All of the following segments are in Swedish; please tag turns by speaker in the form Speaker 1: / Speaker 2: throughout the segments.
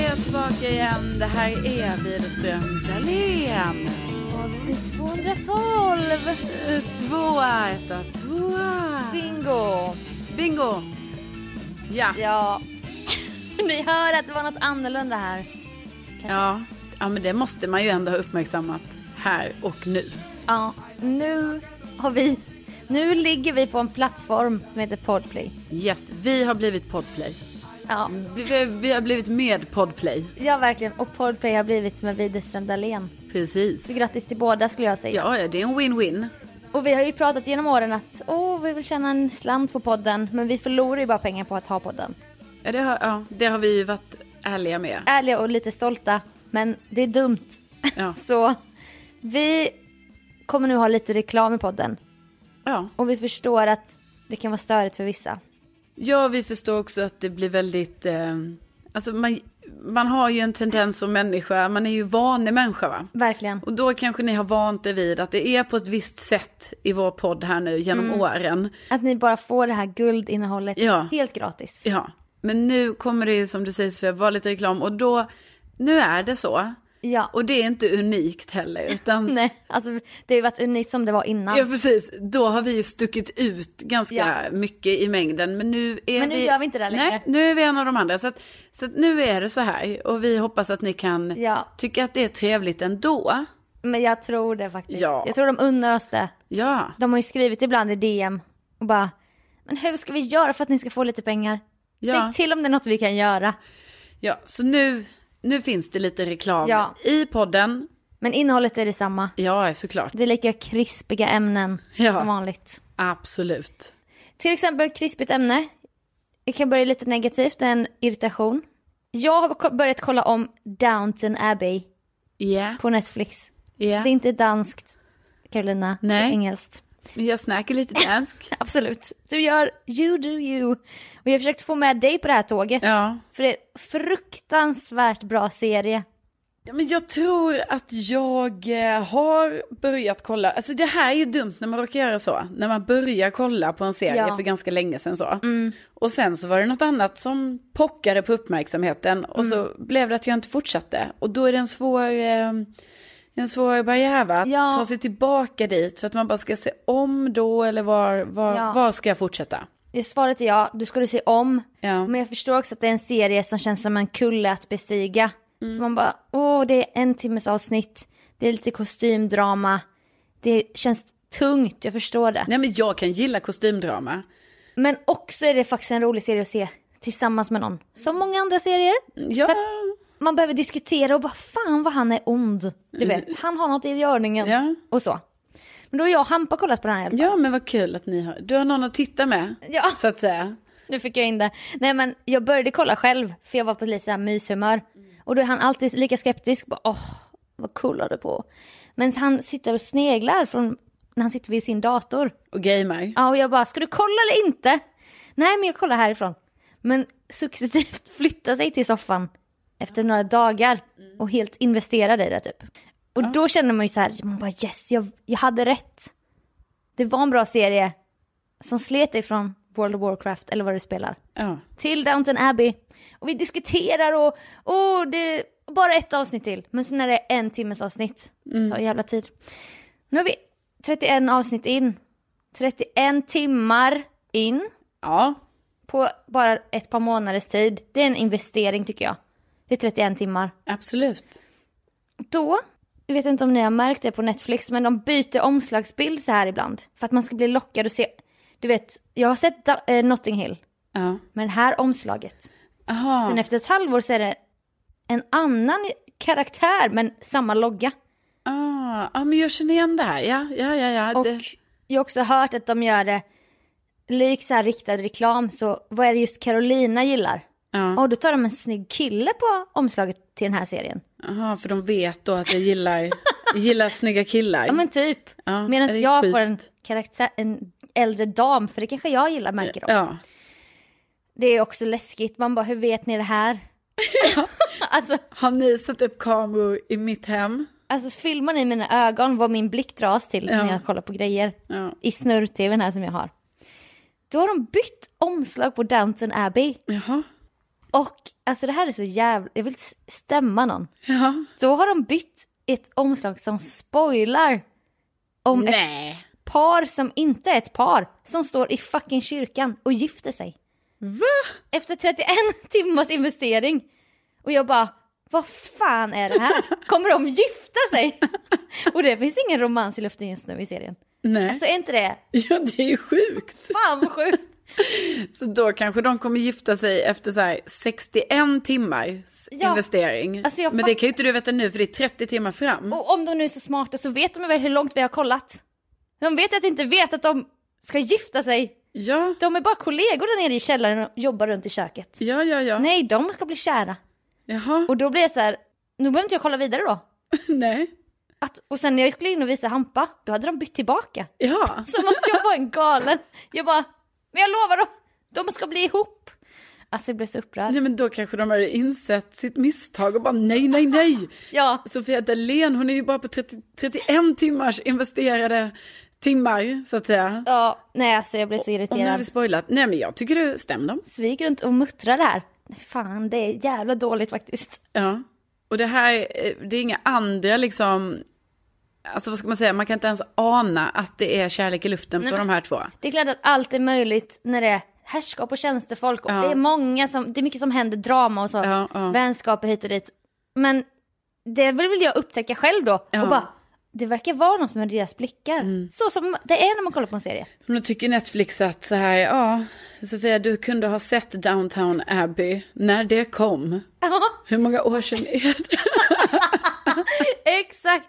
Speaker 1: tillbaka igen. Det här är Widerström Dahlén.
Speaker 2: Avsnitt 212!
Speaker 1: Tvåa, etta, tvåa.
Speaker 2: Bingo!
Speaker 1: Bingo! Ja.
Speaker 2: Ja. Ni hör att det var något annorlunda här.
Speaker 1: ja. Ja, men det måste man ju ändå ha uppmärksammat här och nu.
Speaker 2: Ja, nu har vi... Nu ligger vi på en plattform som heter Podplay.
Speaker 1: Yes, vi har blivit Podplay.
Speaker 2: Ja,
Speaker 1: Vi, vi har blivit med Podplay.
Speaker 2: ja verkligen. Och Podplay har blivit med Widerström Dahlén.
Speaker 1: Precis.
Speaker 2: Så grattis till båda skulle jag säga.
Speaker 1: Ja, ja, det är en win-win.
Speaker 2: Och vi har ju pratat genom åren att åh, vi vill tjäna en slant på podden. Men vi förlorar ju bara pengar på att ha podden.
Speaker 1: Ja, det har, ja, det har vi ju varit ärliga med.
Speaker 2: Ärliga och lite stolta. Men det är dumt.
Speaker 1: Ja.
Speaker 2: Så vi kommer nu ha lite reklam i podden.
Speaker 1: ja.
Speaker 2: Och vi förstår att det kan vara störigt för vissa.
Speaker 1: Ja, vi förstår också att det blir väldigt... Eh, alltså man, man har ju en tendens som människa, man är ju vanlig människa va?
Speaker 2: Verkligen.
Speaker 1: Och då kanske ni har vant er vid att det är på ett visst sätt i vår podd här nu genom åren.
Speaker 2: Att ni bara får det här guldinnehållet
Speaker 1: Ja.
Speaker 2: helt gratis.
Speaker 1: Ja, men nu kommer det ju som du säger Sofia, vara lite reklam och då, nu är det så.
Speaker 2: Ja.
Speaker 1: Och det är inte unikt heller, utan
Speaker 2: Nej, alltså det har ju varit unikt som det var innan.
Speaker 1: Ja precis, då har vi ju stuckit ut ganska
Speaker 2: Ja.
Speaker 1: mycket i mängden. Men nu, är
Speaker 2: Men nu
Speaker 1: vi...
Speaker 2: gör vi inte det längre.
Speaker 1: Nej, nu är vi en av de andra. Så, att, så att nu är det så här och vi hoppas att ni kan
Speaker 2: Ja.
Speaker 1: tycka att det är trevligt ändå.
Speaker 2: Men jag tror det faktiskt.
Speaker 1: Ja.
Speaker 2: Jag tror de unnar oss det.
Speaker 1: Ja,
Speaker 2: De har ju skrivit ibland i DM och bara men hur ska vi göra för att ni ska få lite pengar?
Speaker 1: ja,
Speaker 2: Säg till om det är något vi kan göra.
Speaker 1: ja. så nu, nu finns det lite reklam
Speaker 2: Ja.
Speaker 1: i podden.
Speaker 2: Men innehållet är detsamma.
Speaker 1: Ja, såklart.
Speaker 2: Det är lika krispiga ämnen
Speaker 1: Ja.
Speaker 2: som vanligt.
Speaker 1: Absolut.
Speaker 2: Till exempel krispigt ämne. Jag kan börja lite negativt, det är en irritation. Jag har ko- börjat kolla om Downton Abbey
Speaker 1: Ja,
Speaker 2: på Netflix.
Speaker 1: ja.
Speaker 2: Det är inte danskt, Carolina. Det är
Speaker 1: Nej.
Speaker 2: engelskt.
Speaker 1: Jag snackar lite dansk.
Speaker 2: Absolut. Du gör you do you. Och jag har försökt få med dig på det här tåget.
Speaker 1: Ja.
Speaker 2: För det är en fruktansvärt bra serie.
Speaker 1: Ja, men jag tror att jag eh, har börjat kolla, alltså det här är ju dumt när man råkar göra så, när man börjar kolla på en serie
Speaker 2: Ja. Mm.
Speaker 1: för ganska länge sedan så. Och sen så var det något annat som pockade på uppmärksamheten och
Speaker 2: Mm.
Speaker 1: så blev det att jag inte fortsatte. Och då är det en svår, eh, en svår barriär va? att
Speaker 2: Ja.
Speaker 1: ta sig tillbaka dit för att man bara ska se om då eller var, var,
Speaker 2: Ja.
Speaker 1: var ska jag fortsätta?
Speaker 2: Det Svaret är ja, du ska du se om.
Speaker 1: Ja.
Speaker 2: Men jag förstår också att det är en serie som känns som en kulle att bestiga. För man bara, åh det är en timmes avsnitt, det är lite kostymdrama, det känns tungt, jag förstår det.
Speaker 1: Nej men jag kan gilla kostymdrama.
Speaker 2: Men också är det faktiskt en rolig serie att se tillsammans med någon. Som många andra serier.
Speaker 1: Ja,
Speaker 2: För att man behöver diskutera och bara fan vad han är ond. Du vet, han har något i görningen.
Speaker 1: Ja.
Speaker 2: Och så. Men då har jag och Hampa kollat på den här i alla fall.
Speaker 1: ja men vad kul att ni har, du har någon att titta med
Speaker 2: Ja.
Speaker 1: så att säga.
Speaker 2: Nu fick jag in det. Nej men jag började kolla själv för jag var på lite så här myshumör. Och då är han alltid lika skeptisk. Bara, Åh, vad kollar du på? Men han sitter och sneglar från när han sitter vid sin dator.
Speaker 1: Och gamer.
Speaker 2: Ja, och jag bara, ska du kolla eller inte? Nej men jag kollar härifrån. Men successivt flyttar sig till soffan efter några dagar och helt investerar i det typ. Och då känner man ju så här, man bara yes, jag, jag hade rätt. Det var en bra serie som slet dig från World of Warcraft eller vad du spelar
Speaker 1: Ja.
Speaker 2: till Downton Abbey. Och vi diskuterar och, och det bara ett avsnitt till. Men så när det är en timmes avsnitt, det tar jävla tid. Nu har vi 31 avsnitt in. 31 timmar in
Speaker 1: Ja,
Speaker 2: på bara ett par månaders tid. Det är en investering tycker jag. Det är 31 timmar.
Speaker 1: absolut.
Speaker 2: Då, jag vet inte om ni har märkt det på Netflix, men de byter omslagsbild så här ibland. För att man ska bli lockad och se. Du vet, jag har sett Da- eh, Notting Hill,
Speaker 1: Ja.
Speaker 2: men det här omslaget.
Speaker 1: Aha.
Speaker 2: Sen efter ett halvår så är det en annan karaktär men samma logga.
Speaker 1: ah, ah, men jag känner igen det här. Ja, ja, ja. ja.
Speaker 2: Och
Speaker 1: Det...
Speaker 2: jag har också hört att de gör det lik så här riktad reklam så vad är det just Carolina gillar?
Speaker 1: ja.
Speaker 2: Och då tar de en snygg kille på omslaget till den här serien.
Speaker 1: Aha, för de vet då att jag gillar, gillar snygga killar.
Speaker 2: Ja men typ.
Speaker 1: Ja, det
Speaker 2: Medan
Speaker 1: är
Speaker 2: jag
Speaker 1: sjukt.
Speaker 2: får en, karaktär, en äldre dam för det kanske jag gillar märker de.
Speaker 1: ja.
Speaker 2: Det är också läskigt, man bara hur vet ni det här? alltså,
Speaker 1: Har ni satt upp kameror i mitt hem?
Speaker 2: alltså filmar ni mina ögon vad min blick dras till
Speaker 1: Ja.
Speaker 2: när jag kollar på grejer?
Speaker 1: Ja.
Speaker 2: i snurr-tvn här som jag har. Då har de bytt omslag på Downton Abbey.
Speaker 1: Jaha.
Speaker 2: Och alltså det här är så jävla, jag vill inte s- stämma någon.
Speaker 1: Ja.
Speaker 2: Då har de bytt ett omslag som spoilar om ett
Speaker 1: Nej.
Speaker 2: par som inte är ett par, som står i fucking kyrkan och gifter sig.
Speaker 1: Va?
Speaker 2: Efter 31 timmars investering. Och jag bara, vad fan är det här? Kommer de gifta sig? Och det finns ingen romans i luften just nu i serien.
Speaker 1: Nej.
Speaker 2: Alltså är inte det,
Speaker 1: Ja, det är ju sjukt.
Speaker 2: fan vad sjukt.
Speaker 1: Så då kanske de kommer gifta sig efter så här 61 timmars
Speaker 2: Ja.
Speaker 1: investering.
Speaker 2: Alltså, jag
Speaker 1: Men det
Speaker 2: fatt-
Speaker 1: kan ju inte du veta nu för det är 30 timmar fram.
Speaker 2: Och om de nu är så smarta så vet de väl hur långt vi har kollat. De vet ju att vi inte vet att de ska gifta sig.
Speaker 1: Ja,
Speaker 2: De är bara kollegor där nere i källaren och jobbar runt i köket.
Speaker 1: ja, ja, ja.
Speaker 2: Nej, de ska bli kära.
Speaker 1: Jaha,
Speaker 2: Och då blir jag så här, nu behöver inte jag kolla vidare då.
Speaker 1: nej.
Speaker 2: Att, och sen när jag skulle in och visa Hampa, då hade de bytt tillbaka.
Speaker 1: Ja,
Speaker 2: Som att jag var en galen. Jag bara, men jag lovar dem, de ska bli ihop. Alltså jag blev så upprörd.
Speaker 1: nej men då kanske de har insett sitt misstag och bara nej, nej, nej.
Speaker 2: Ja,
Speaker 1: Sofia Dalén, hon är ju bara på 30, 31 timmars investerade timmar, så att säga.
Speaker 2: ja, nej alltså jag blev så
Speaker 1: Och nu har vi
Speaker 2: irriterad.
Speaker 1: spoilat. Nej men jag tycker du stämde dem.
Speaker 2: Så vi gick runt och muttrade här. Nej, Fan, det är jävla dåligt faktiskt.
Speaker 1: Ja. Och det här, eh, det är inga andra liksom, alltså vad ska man säga, man kan inte ens ana att det är kärlek i luften på de här två.
Speaker 2: Det är klart att allt är möjligt när det är härskap och tjänstefolk och
Speaker 1: Ja.
Speaker 2: det är många som, det är mycket som händer, drama och så,
Speaker 1: Ja, ja.
Speaker 2: vänskaper hit och dit. Men det vill jag upptäcka själv då
Speaker 1: Ja. Mm.
Speaker 2: och bara, det verkar vara något med deras blickar. Så som det är när man kollar på en serie.
Speaker 1: Men då tycker Netflix att så här, ja, Sofia du kunde ha sett Downtown Abbey när det kom.
Speaker 2: Ja,
Speaker 1: Hur många år sedan är det?
Speaker 2: exakt.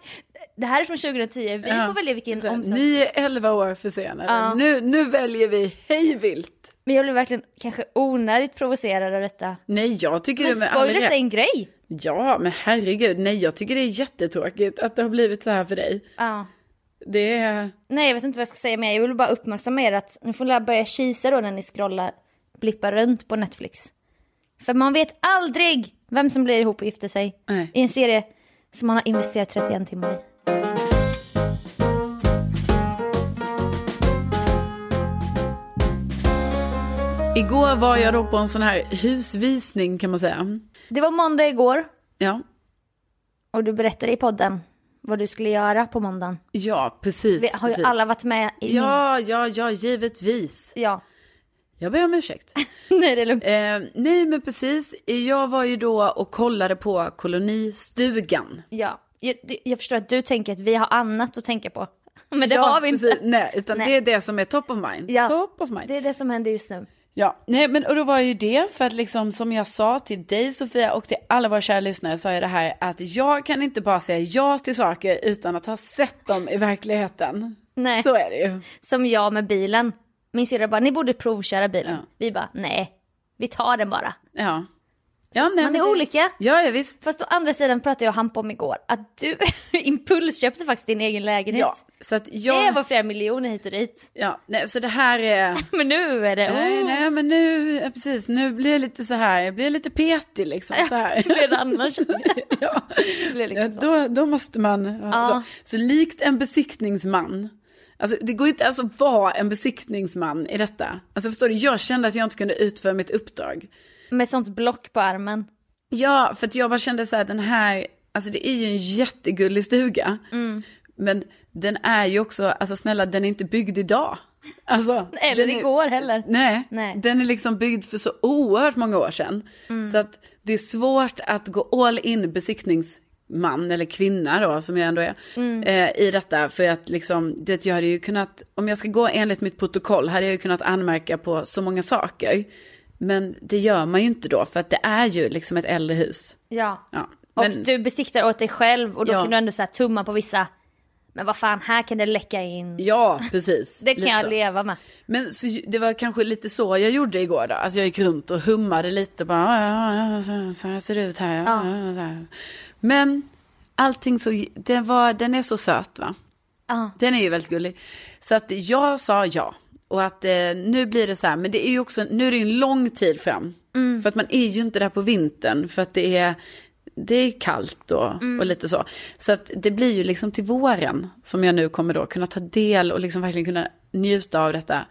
Speaker 2: Det här är från 2010, vi
Speaker 1: Ja.
Speaker 2: får välja vilken
Speaker 1: Så här,
Speaker 2: omslag.
Speaker 1: Ni är 11 år försenade.
Speaker 2: Ja.
Speaker 1: Nu, nu väljer vi hejvilt.
Speaker 2: Men jag blev verkligen kanske onödigt provocerad av detta.
Speaker 1: Nej, jag tycker
Speaker 2: Men
Speaker 1: det med all
Speaker 2: spoilers är
Speaker 1: rätt.
Speaker 2: en grej.
Speaker 1: Ja, men herregud. Nej, jag tycker det är jättetråkigt att det har blivit så här för dig.
Speaker 2: Ja.
Speaker 1: Det är...
Speaker 2: Nej jag vet inte vad jag ska säga mer, jag vill bara uppmärksamma er att ni får lä- börja kisa då när ni scrollar, blippar runt på Netflix. För man vet aldrig vem som blir ihop och gifter sig
Speaker 1: Nej.
Speaker 2: i en serie som man har investerat 31 timmar i.
Speaker 1: Igår var jag då på en sån här husvisning kan man säga.
Speaker 2: Det var måndag igår
Speaker 1: Ja,
Speaker 2: och du berättade i podden vad du skulle göra på måndagen.
Speaker 1: ja precis.
Speaker 2: Vi har ju
Speaker 1: precis.
Speaker 2: alla varit med i
Speaker 1: Ja, ja, ja, givetvis.
Speaker 2: min... Ja.
Speaker 1: Jag ber om ursäkt.
Speaker 2: Nej det är lugnt.
Speaker 1: Eh, nej men precis, jag var ju då och kollade på kolonistugan.
Speaker 2: Ja. Jag, det- jag förstår att du tänker att vi har annat att tänka på. Men det
Speaker 1: ja,
Speaker 2: har vi inte.
Speaker 1: precis. Nej, utan
Speaker 2: Nej.
Speaker 1: det är det som är top of mind.
Speaker 2: Ja.
Speaker 1: Top of mind.
Speaker 2: Det är det som händer just nu.
Speaker 1: Ja, nej men och då var ju det för att liksom som jag sa till dig Sofia och till alla våra kära lyssnare sa jag det här att jag kan inte bara säga ja till saker utan att ha sett dem i verkligheten.
Speaker 2: Nej.
Speaker 1: Så är det ju.
Speaker 2: Som jag med bilen. Min syrra bara, ni borde provköra bilen.
Speaker 1: Ja.
Speaker 2: Vi bara, nej, vi tar den bara.
Speaker 1: Ja. ja nej,
Speaker 2: Man
Speaker 1: men
Speaker 2: är
Speaker 1: det-
Speaker 2: olika.
Speaker 1: Ja, ja visst.
Speaker 2: Fast å andra sidan pratade jag och Hampa om igår att du impulsköpte faktiskt din egen lägenhet.
Speaker 1: Ja, så att
Speaker 2: Det
Speaker 1: jag...
Speaker 2: var flera miljoner hit och dit.
Speaker 1: Ja, nej, så det här är...
Speaker 2: Men nu är det,
Speaker 1: Nej,
Speaker 2: oh,
Speaker 1: nej, men nu, ja, precis, nu blir jag lite så här, jag blir lite petig liksom. Så här.
Speaker 2: det blir det annars. Det
Speaker 1: ja.
Speaker 2: blir liksom så.
Speaker 1: då, då måste man, så, så likt en besiktningsman, alltså det går ju inte ens att vara en besiktningsman i detta. Alltså förstår du, jag kände att jag inte kunde utföra mitt uppdrag.
Speaker 2: Med sånt block på armen.
Speaker 1: Ja, för att jag bara kände så här, den här, alltså det är ju en jättegullig stuga.
Speaker 2: Mm.
Speaker 1: Men den är ju också, alltså snälla den är inte byggd idag. Alltså,
Speaker 2: Eller
Speaker 1: den är-
Speaker 2: igår heller.
Speaker 1: Nej,
Speaker 2: Nej. Mm.
Speaker 1: den är liksom byggd för så oerhört många år sedan. Så att det är svårt att gå all in besiktningsman eller kvinna då, som jag ändå är,
Speaker 2: Mm.
Speaker 1: eh, i detta. För att liksom, det, jag hade ju kunnat, om jag ska gå enligt mitt protokoll, hade jag ju kunnat anmärka på så många saker. Men det gör man ju inte då, för att det är ju liksom ett äldre hus.
Speaker 2: Ja.
Speaker 1: Ja.
Speaker 2: Och
Speaker 1: Men,
Speaker 2: du besiktar åt dig själv och då
Speaker 1: Ja.
Speaker 2: kan du ändå så här tumma på vissa. Men vad fan, här kan det läcka in.
Speaker 1: Ja, precis.
Speaker 2: Det kan
Speaker 1: Lite så.
Speaker 2: jag leva med.
Speaker 1: Men så, ju- det var kanske lite så jag gjorde igår då. Alltså jag gick runt och hummade lite bara, "Ja, ja, ja, så, så här ser det ut här. Ja,
Speaker 2: Ja.
Speaker 1: ja, så här. Men allting så, det var, den är så söt va?
Speaker 2: Ja.
Speaker 1: Den är ju väldigt gullig. Så att jag sa ja. Och att eh, nu blir det så här, men det är ju också, nu är det ju en lång tid fram. För att man är ju inte där på vintern för att det är, det är kallt och, och lite så. Så att det blir ju liksom till våren som jag nu kommer då kunna ta del och liksom verkligen kunna njuta av detta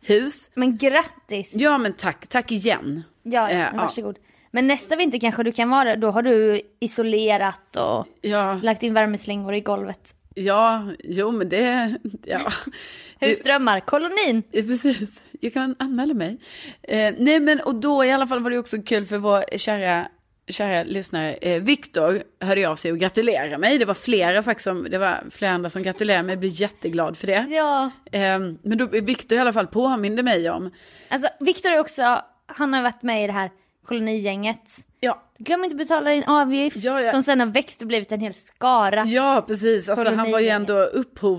Speaker 1: hus.
Speaker 2: Men grattis!
Speaker 1: Ja men tack, tack igen.
Speaker 2: Ja,
Speaker 1: Eh,
Speaker 2: men varsågod. Men nästa vinter kanske du kan vara där, då har du isolerat och
Speaker 1: Ja,
Speaker 2: lagt in värmeslingor i golvet.
Speaker 1: ja, jo men det, ja.
Speaker 2: Husdrömmar, kolonin!
Speaker 1: Ja, Eh, Precis, jag kan anmäla mig. Eh, nej men och då i alla fall var det också kul för vår kära, kära lyssnare eh, Viktor hörde av sig och gratulerade mig. Det var flera faktiskt som, det var flera andra som gratulerade mig, jag blev jätteglad för det.
Speaker 2: Ja,
Speaker 1: Eh, men då Viktor i alla fall påminde mig om,
Speaker 2: alltså Viktor är också, han har varit med i det här kolonigänget.
Speaker 1: ja,
Speaker 2: Glöm inte betala din avgift
Speaker 1: Ja, ja.
Speaker 2: som sen har växt och blivit en hel skara.
Speaker 1: ja precis, alltså, han var ju
Speaker 2: Kolonigänget.
Speaker 1: ändå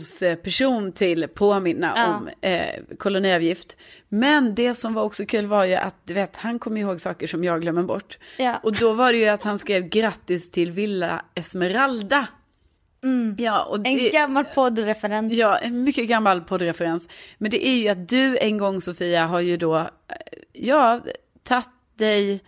Speaker 1: upphovsperson till påminna
Speaker 2: Ja.
Speaker 1: om eh, koloniavgift. Men det som var också kul var ju att, du vet, han kommer ihåg saker som jag glömmer bort.
Speaker 2: Ja.
Speaker 1: Och då var det ju att han skrev grattis till Villa Esmeralda. Ja, och
Speaker 2: Mm. en
Speaker 1: det,
Speaker 2: gammal poddreferens.
Speaker 1: ja, en mycket gammal poddreferens. Men det är ju att du en gång Sofia har ju då, eh, ja, tagit dig,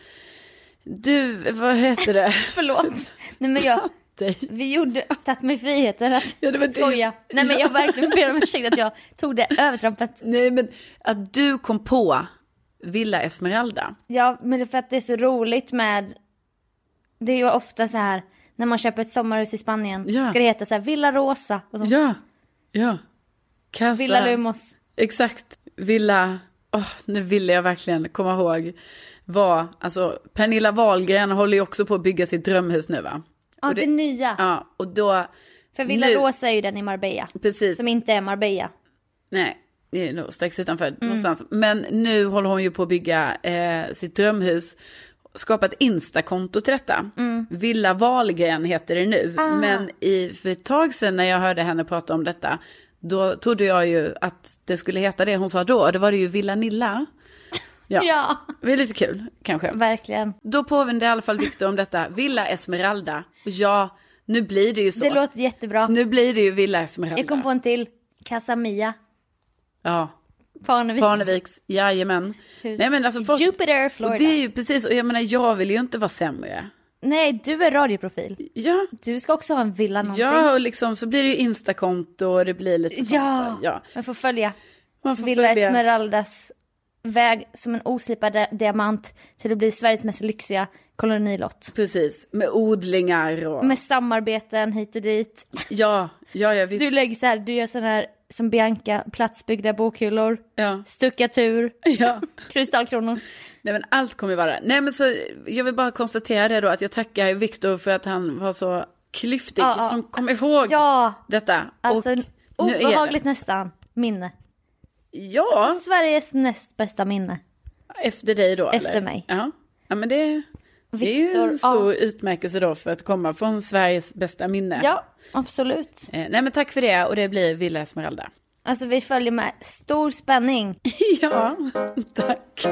Speaker 1: du, vad heter det?
Speaker 2: Förlåt. Nej men jag,
Speaker 1: Tagit dig.
Speaker 2: vi gjorde, tagit mig friheten att
Speaker 1: Ja, det var det.
Speaker 2: skoja. Nej men jag verkligen ber om ursäkt att jag tog det övertrampet.
Speaker 1: Nej men att du kom på Villa Esmeralda.
Speaker 2: Ja, men det är för att det är så roligt med... Det är ju ofta så här, när man köper ett sommarhus i Spanien
Speaker 1: Ja.
Speaker 2: så ska det heta så här Villa Rosa och sånt.
Speaker 1: Ja, ja. Casa.
Speaker 2: Villa Lumos.
Speaker 1: Exakt. Villa, åh, nu ville jag verkligen komma ihåg vad, alltså Pernilla Wahlgren håller ju också på att bygga sitt drömhus nu va?
Speaker 2: Ja,
Speaker 1: Och
Speaker 2: det,
Speaker 1: det-
Speaker 2: nya.
Speaker 1: Ja, och då,
Speaker 2: för Villa
Speaker 1: nu-
Speaker 2: Rosa är ju den i Marbella.
Speaker 1: precis,
Speaker 2: Som inte är Marbella.
Speaker 1: nej, det är nog strax utanför
Speaker 2: Mm.
Speaker 1: någonstans. Men nu håller hon ju på att bygga eh, sitt drömhus, skapa ett Insta-konto till detta.
Speaker 2: Mm.
Speaker 1: Villa Wahlgren heter det nu,
Speaker 2: Ah.
Speaker 1: men i, för ett tag sedan när jag hörde henne prata om detta, då trodde jag ju att det skulle heta det hon sa då, det var det ju Villa Nilla. Ja.
Speaker 2: Ja,
Speaker 1: Det är lite kul kanske.
Speaker 2: verkligen.
Speaker 1: Då påminde i alla fall Victor om detta. Villa Esmeralda. Och ja, nu blir det ju så.
Speaker 2: Det låter jättebra.
Speaker 1: Nu blir det ju Villa Esmeralda.
Speaker 2: Jag kom på en till. Casamia.
Speaker 1: Ja,
Speaker 2: Parneviks.
Speaker 1: Parneviks. Jajamän.
Speaker 2: Hus.
Speaker 1: Nej men alltså folk...
Speaker 2: Jupiter,
Speaker 1: Och
Speaker 2: Florida.
Speaker 1: det är ju precis, och jag menar jag vill ju inte vara sämre.
Speaker 2: Nej, du är radioprofil.
Speaker 1: Ja,
Speaker 2: Du ska också ha en villa någonting.
Speaker 1: ja och liksom så blir det ju instakonto och det blir lite sånt
Speaker 2: ja.
Speaker 1: där. ja.
Speaker 2: Jag får följa.
Speaker 1: Man får
Speaker 2: Villa
Speaker 1: följa-
Speaker 2: Esmeraldas väg som en oslipad di- diamant till att bli Sveriges mest lyxiga kolonilott.
Speaker 1: Precis, med odlingar och...
Speaker 2: Med samarbeten hit och dit.
Speaker 1: Ja, ja, ja visst.
Speaker 2: Du lägger så här, du gör sån här som Bianca, platsbyggda bokhyllor,
Speaker 1: Ja,
Speaker 2: stuckatur,
Speaker 1: ja.
Speaker 2: kristallkronor.
Speaker 1: Nej men allt kommer ju vara där. Nej men så, jag vill bara konstatera det då att jag tackar Viktor för att han var så klyftig
Speaker 2: Ja, ja.
Speaker 1: som kom ihåg
Speaker 2: Ja,
Speaker 1: detta.
Speaker 2: alltså
Speaker 1: Och nu är det-
Speaker 2: obehagligt nästan minne. Alltså,
Speaker 1: Ja,
Speaker 2: Sveriges näst bästa minne.
Speaker 1: efter dig då
Speaker 2: Efter
Speaker 1: eller?
Speaker 2: mig.
Speaker 1: Ja. ja men det, det är ju
Speaker 2: Viktor,
Speaker 1: en stor utmärkelse då för att komma från Sveriges bästa minne.
Speaker 2: Ja, absolut.
Speaker 1: Eh, nej men tack för det och det blir Villa Esmeralda.
Speaker 2: Alltså vi följer med stor spänning.
Speaker 1: ja, tack.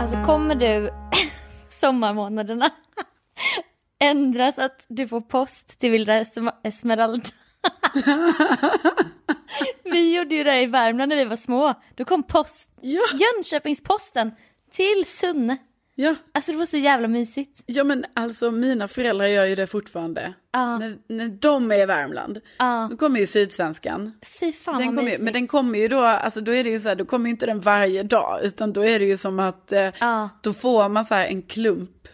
Speaker 2: Alltså kommer du sommarmånaderna ändra så att du får post till Vilda Esma- Esmeralda? vi gjorde ju det i Värmland när vi var små. Då kom post,
Speaker 1: Ja,
Speaker 2: Jönköpingsposten till Sunne.
Speaker 1: ja,
Speaker 2: Alltså det var så jävla mysigt.
Speaker 1: ja men alltså mina föräldrar gör ju det fortfarande.
Speaker 2: Ja.
Speaker 1: När, när de är i Värmland,
Speaker 2: Ja.
Speaker 1: då kommer ju Sydsvenskan.
Speaker 2: Fy fan
Speaker 1: Den
Speaker 2: vad
Speaker 1: kommer, ju-
Speaker 2: mysigt.
Speaker 1: men den kommer ju då, alltså då är det ju så här, då kommer ju inte den varje dag, utan då är det ju som att eh,
Speaker 2: Ja.
Speaker 1: då får man så här en klump,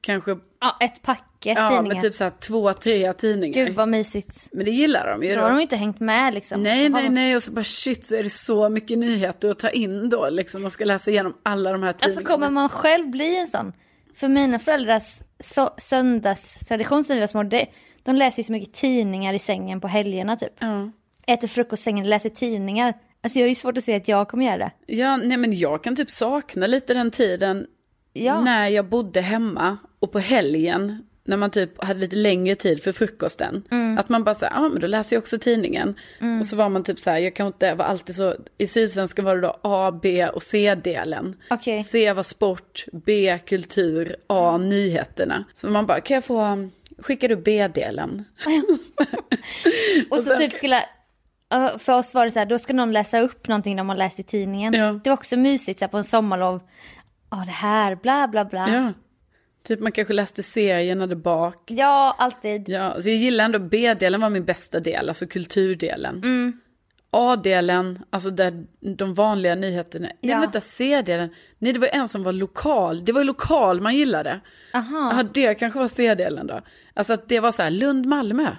Speaker 1: kanske,
Speaker 2: Ja, ett packet
Speaker 1: ja
Speaker 2: tidningar.
Speaker 1: men typ så här två, tre tidningar.
Speaker 2: Gud vad mysigt.
Speaker 1: Men det gillar de ju
Speaker 2: Då
Speaker 1: då.
Speaker 2: har de ju inte hängt med liksom.
Speaker 1: Nej,
Speaker 2: Då har
Speaker 1: nej,
Speaker 2: de-
Speaker 1: nej, och så bara shit så är det så mycket nyheter att ta in då, liksom, man ska läsa igenom alla de här tidningarna.
Speaker 2: Alltså kommer man själv bli en sån? För mina föräldrars so söndagstradition sen vi var små, det, de läser ju så mycket tidningar i sängen på helgerna typ.
Speaker 1: Ja.
Speaker 2: Äter frukost i sängen, läser tidningar. Alltså jag har ju svårt att se att jag kommer göra det.
Speaker 1: ja, nej men jag kan typ sakna lite den tiden
Speaker 2: Ja,
Speaker 1: när jag bodde hemma och på helgen när man typ hade lite längre tid för frukosten.
Speaker 2: Mm.
Speaker 1: Att man bara såhär, ja ah, men då läser jag också tidningen. Och så var man typ såhär, jag kan inte, var alltid så, i Sydsvenskan var det då A, B och C-delen.
Speaker 2: okej. Mm.
Speaker 1: C var sport, B kultur, A nyheterna. Så man bara, kan jag få, skickar du B-delen?
Speaker 2: Och
Speaker 1: alltså,
Speaker 2: så typ skulle, ja, för oss var det så här, då ska någon läsa upp någonting de har läst i tidningen.
Speaker 1: Ja.
Speaker 2: Det var också mysigt så här, på en sommarlov. Ja det här, bla bla bla. Ja,
Speaker 1: Ja. Typ man kanske läste serierna där bak.
Speaker 2: alltid. Mm.
Speaker 1: Ja, så jag gillar ändå B-delen var min bästa del, alltså kulturdelen. A-delen, alltså där de vanliga nyheterna. Nej
Speaker 2: Ja.
Speaker 1: vänta, C-delen. Nej det var en som var lokal, det var ju lokal man gillade.
Speaker 2: Aha.
Speaker 1: Ja, det kanske var C-delen då. Alltså att det var så här, Lund-Malmö.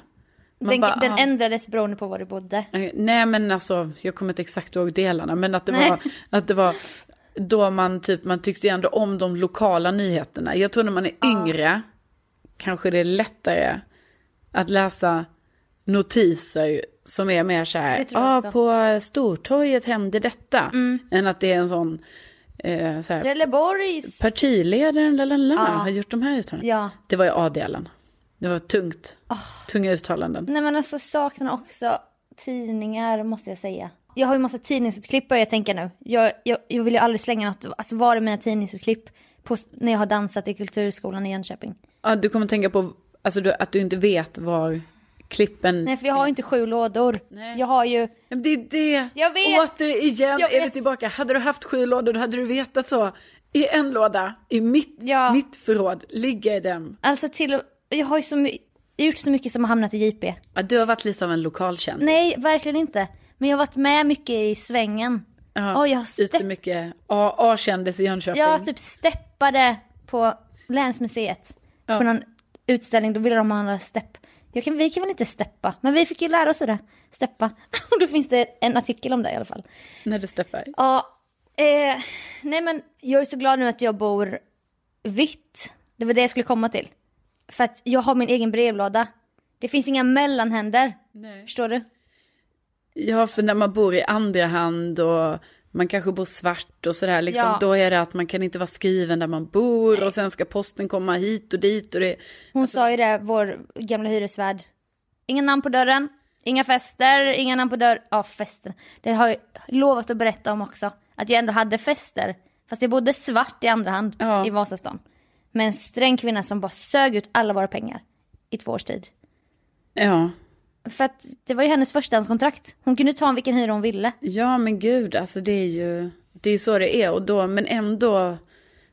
Speaker 1: Man
Speaker 2: Den,
Speaker 1: bara,
Speaker 2: den
Speaker 1: ah.
Speaker 2: ändrades beroende på var du bodde.
Speaker 1: Eh, Nej men alltså, jag kommer inte exakt ihåg delarna, men att det,
Speaker 2: Nej.
Speaker 1: var, att det var då man typ, man tyckte ju ändå om de lokala nyheterna. Jag tror när man är yngre, kanske det är lättare att läsa notiser som är mer så här,
Speaker 2: Det tror jag
Speaker 1: ah,
Speaker 2: också. Mm.
Speaker 1: på Stortorget hände detta, än att det är en sån, eh, så här,
Speaker 2: Trelleborgs...
Speaker 1: partiledaren lalala,
Speaker 2: Ja.
Speaker 1: har gjort de här uttalandena.
Speaker 2: Ja. Ah.
Speaker 1: Det var ju A-delen. Det var tungt, tunga uttalanden.
Speaker 2: Nej men alltså saknar också tidningar måste jag säga. Jag har ju massa tidningsutklipp börjar jag tänka nu. Jag, jag, jag vill ju aldrig slänga något, alltså var är mina tidningsutklipp på, när jag har dansat i Kulturskolan i Jönköping?
Speaker 1: Ja, du kommer tänka på alltså, du, att du inte vet var klippen...
Speaker 2: Nej för jag har ju inte sju lådor.
Speaker 1: Nej.
Speaker 2: Jag har ju,
Speaker 1: Men det är det!
Speaker 2: Jag vet.
Speaker 1: Återigen
Speaker 2: Jag
Speaker 1: är vi
Speaker 2: vet.
Speaker 1: tillbaka. Hade du haft sju lådor då hade du vetat så. I en låda, i mitt,
Speaker 2: Ja.
Speaker 1: mitt förråd, ligger den.
Speaker 2: alltså till och- jag har ju så my- jag har gjort så mycket som har hamnat i JP.
Speaker 1: Ja, du har varit lite av en lokalkänd.
Speaker 2: Nej verkligen inte. Men jag har varit med mycket i svängen.
Speaker 1: Ja,
Speaker 2: Oj, jag har
Speaker 1: Ute
Speaker 2: stepp-
Speaker 1: mycket A-kändis i Jönköping.
Speaker 2: Jag typ steppade på länsmuseet.
Speaker 1: Ja.
Speaker 2: På någon utställning, då ville de ha några stepp. Jag kan, vi kan väl inte steppa, men vi fick ju lära oss det. Steppa. Och då finns det en artikel om det i alla fall.
Speaker 1: När du steppar.
Speaker 2: Ja, eh, nej men jag är så glad nu att jag bor vitt. Det var det jag skulle komma till. För att jag har min egen brevlåda. Det finns inga mellanhänder.
Speaker 1: Nej.
Speaker 2: Förstår du?
Speaker 1: Ja, för när man bor i andra hand och man kanske bor svart och sådär, liksom,
Speaker 2: Ja.
Speaker 1: då är det att man kan inte vara skriven där man bor och sen ska posten komma hit och dit och det...
Speaker 2: Hon sa ju det, vår gamla hyresvärd. Inga namn på dörren, inga fester, inga namn på dörren. Ja, fester. Det har jag lovat att berätta om också. Att jag ändå hade fester. Fast jag bodde svart i andra hand
Speaker 1: Ja.
Speaker 2: i Vasastan. Med en sträng kvinna som bara sög ut alla våra pengar. I två års tid.
Speaker 1: Ja.
Speaker 2: För att det var ju hennes förstahandskontrakt. Hon kunde ta vilken hyra hon ville.
Speaker 1: Ja men gud, alltså det är ju det är så det är och då, men ändå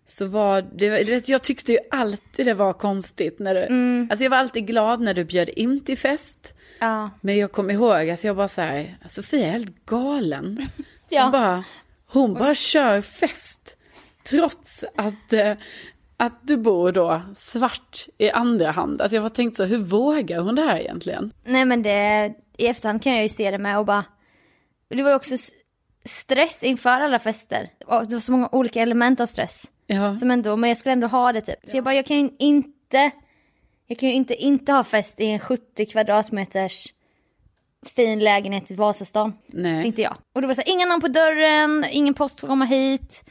Speaker 1: så var det, du vet, jag tyckte ju alltid det var konstigt när du,
Speaker 2: Mm.
Speaker 1: alltså jag var alltid glad när du bjöd in till fest.
Speaker 2: Ja.
Speaker 1: Men jag kom ihåg, alltså jag bara så här, Sofia är helt galen. Som
Speaker 2: Ja.
Speaker 1: bara, hon bara kör fest. Trots att, eh, att du bor då svart i andra hand. Alltså jag var tänkt så, hur vågar hon det här egentligen?
Speaker 2: Nej men det, i efterhand kan jag ju se det med och bara, det var ju också s- stress inför alla fester. Och det var så många olika element av stress.
Speaker 1: Ja.
Speaker 2: Som ändå, men jag skulle ändå ha det typ. För jag bara, jag kan ju inte, jag kan ju inte inte ha fest i en 70 kvadratmeters fin lägenhet i Vasastan.
Speaker 1: Nej.
Speaker 2: Tänkte jag. Och då var det så här, inga namn på dörren, ingen post får komma hit.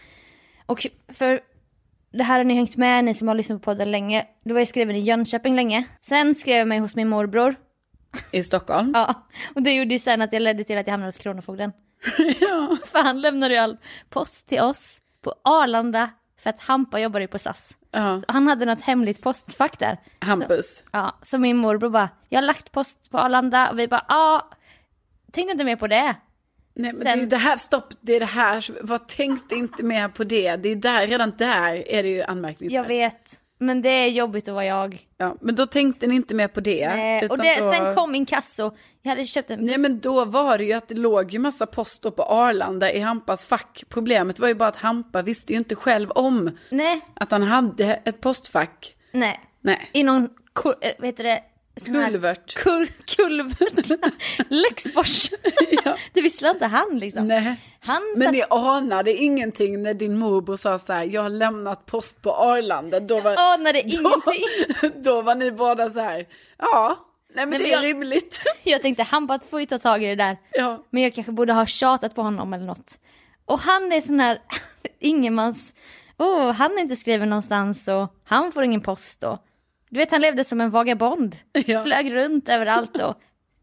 Speaker 2: Och för det här har ni hängt med, ni som har lyssnat på podden länge. Då var jag skriven i Jönköping länge. Sen skrev jag mig hos min morbror.
Speaker 1: I Stockholm?
Speaker 2: Ja, och det gjorde ju sen att jag ledde till att jag hamnade hos Kronofogden.
Speaker 1: Ja.
Speaker 2: För han lämnade ju all post till oss på Arlanda för att Hampa jobbade ju på SAS.
Speaker 1: ja.
Speaker 2: Och han hade något hemligt postfack där.
Speaker 1: Hampus.
Speaker 2: Ja, så min morbror bara, jag har lagt post på Arlanda och vi bara, ja, tänkte inte mer på det.
Speaker 1: Nej, men
Speaker 2: Sen-
Speaker 1: det är ju det här, stopp, det är det här, vad tänkte inte mer på det? Det är ju där, redan där är det ju
Speaker 2: Jag
Speaker 1: anmärkningsvärt.
Speaker 2: vet, men det är jobbigt att vara jag.
Speaker 1: Ja, men då tänkte ni inte mer på det.
Speaker 2: Eh, och
Speaker 1: utan
Speaker 2: det,
Speaker 1: då...
Speaker 2: sen kom inkasso, jag hade köpt en...
Speaker 1: Nej men då var det ju att det låg ju massa post då på Arlanda i Hampas fack. Problemet var ju bara att Hampa visste ju inte själv om
Speaker 2: Nej,
Speaker 1: att han hade ett postfack.
Speaker 2: nej.
Speaker 1: Nej.
Speaker 2: I någon, ku- eh, vad heter det? Sån här-
Speaker 1: Kulvert.
Speaker 2: Kul, kulvert. Lexfors.
Speaker 1: Ja.
Speaker 2: Det visste inte han liksom.
Speaker 1: Nej.
Speaker 2: Han
Speaker 1: Men
Speaker 2: satt,
Speaker 1: ni anade ingenting när din morbror sa så här, jag har lämnat post på Arlanda. Då var,
Speaker 2: anade ingenting.
Speaker 1: då var ni båda så här, ja, nej men,
Speaker 2: Nej, men
Speaker 1: det är
Speaker 2: jag-
Speaker 1: rimligt.
Speaker 2: Jag tänkte han bara får ju ta tag i det där.
Speaker 1: Ja.
Speaker 2: Men jag kanske borde ha tjatat på honom eller något. Och han är sån här ingenmans... Åh, han är inte skriven någonstans och han får ingen post och... Du vet han levde som en vagabond.
Speaker 1: Ja.
Speaker 2: Flög runt överallt och...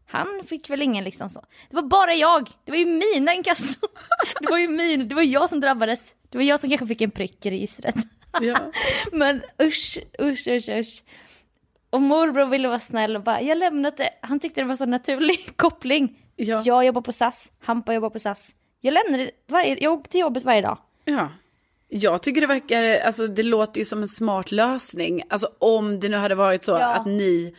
Speaker 2: Han fick väl ingen liksom så. Det var bara jag. Det var ju mina inkasso. Det var ju min. Det var jag som drabbades. Det var jag som kanske fick en prick i registret.
Speaker 1: Ja.
Speaker 2: Men usch, usch, usch, usch. Och morbror ville vara snäll och bara, jag lämnat det. Han tyckte det var så naturlig koppling.
Speaker 1: Ja.
Speaker 2: Jag jobbar på SAS, Hampa jobbar på SAS. Jag lämnade varje, jag åkte till jobbet varje dag.
Speaker 1: ja. Jag tycker det verkar, alltså det låter ju som en smart lösning. Alltså om det nu hade varit så
Speaker 2: Ja.
Speaker 1: att ni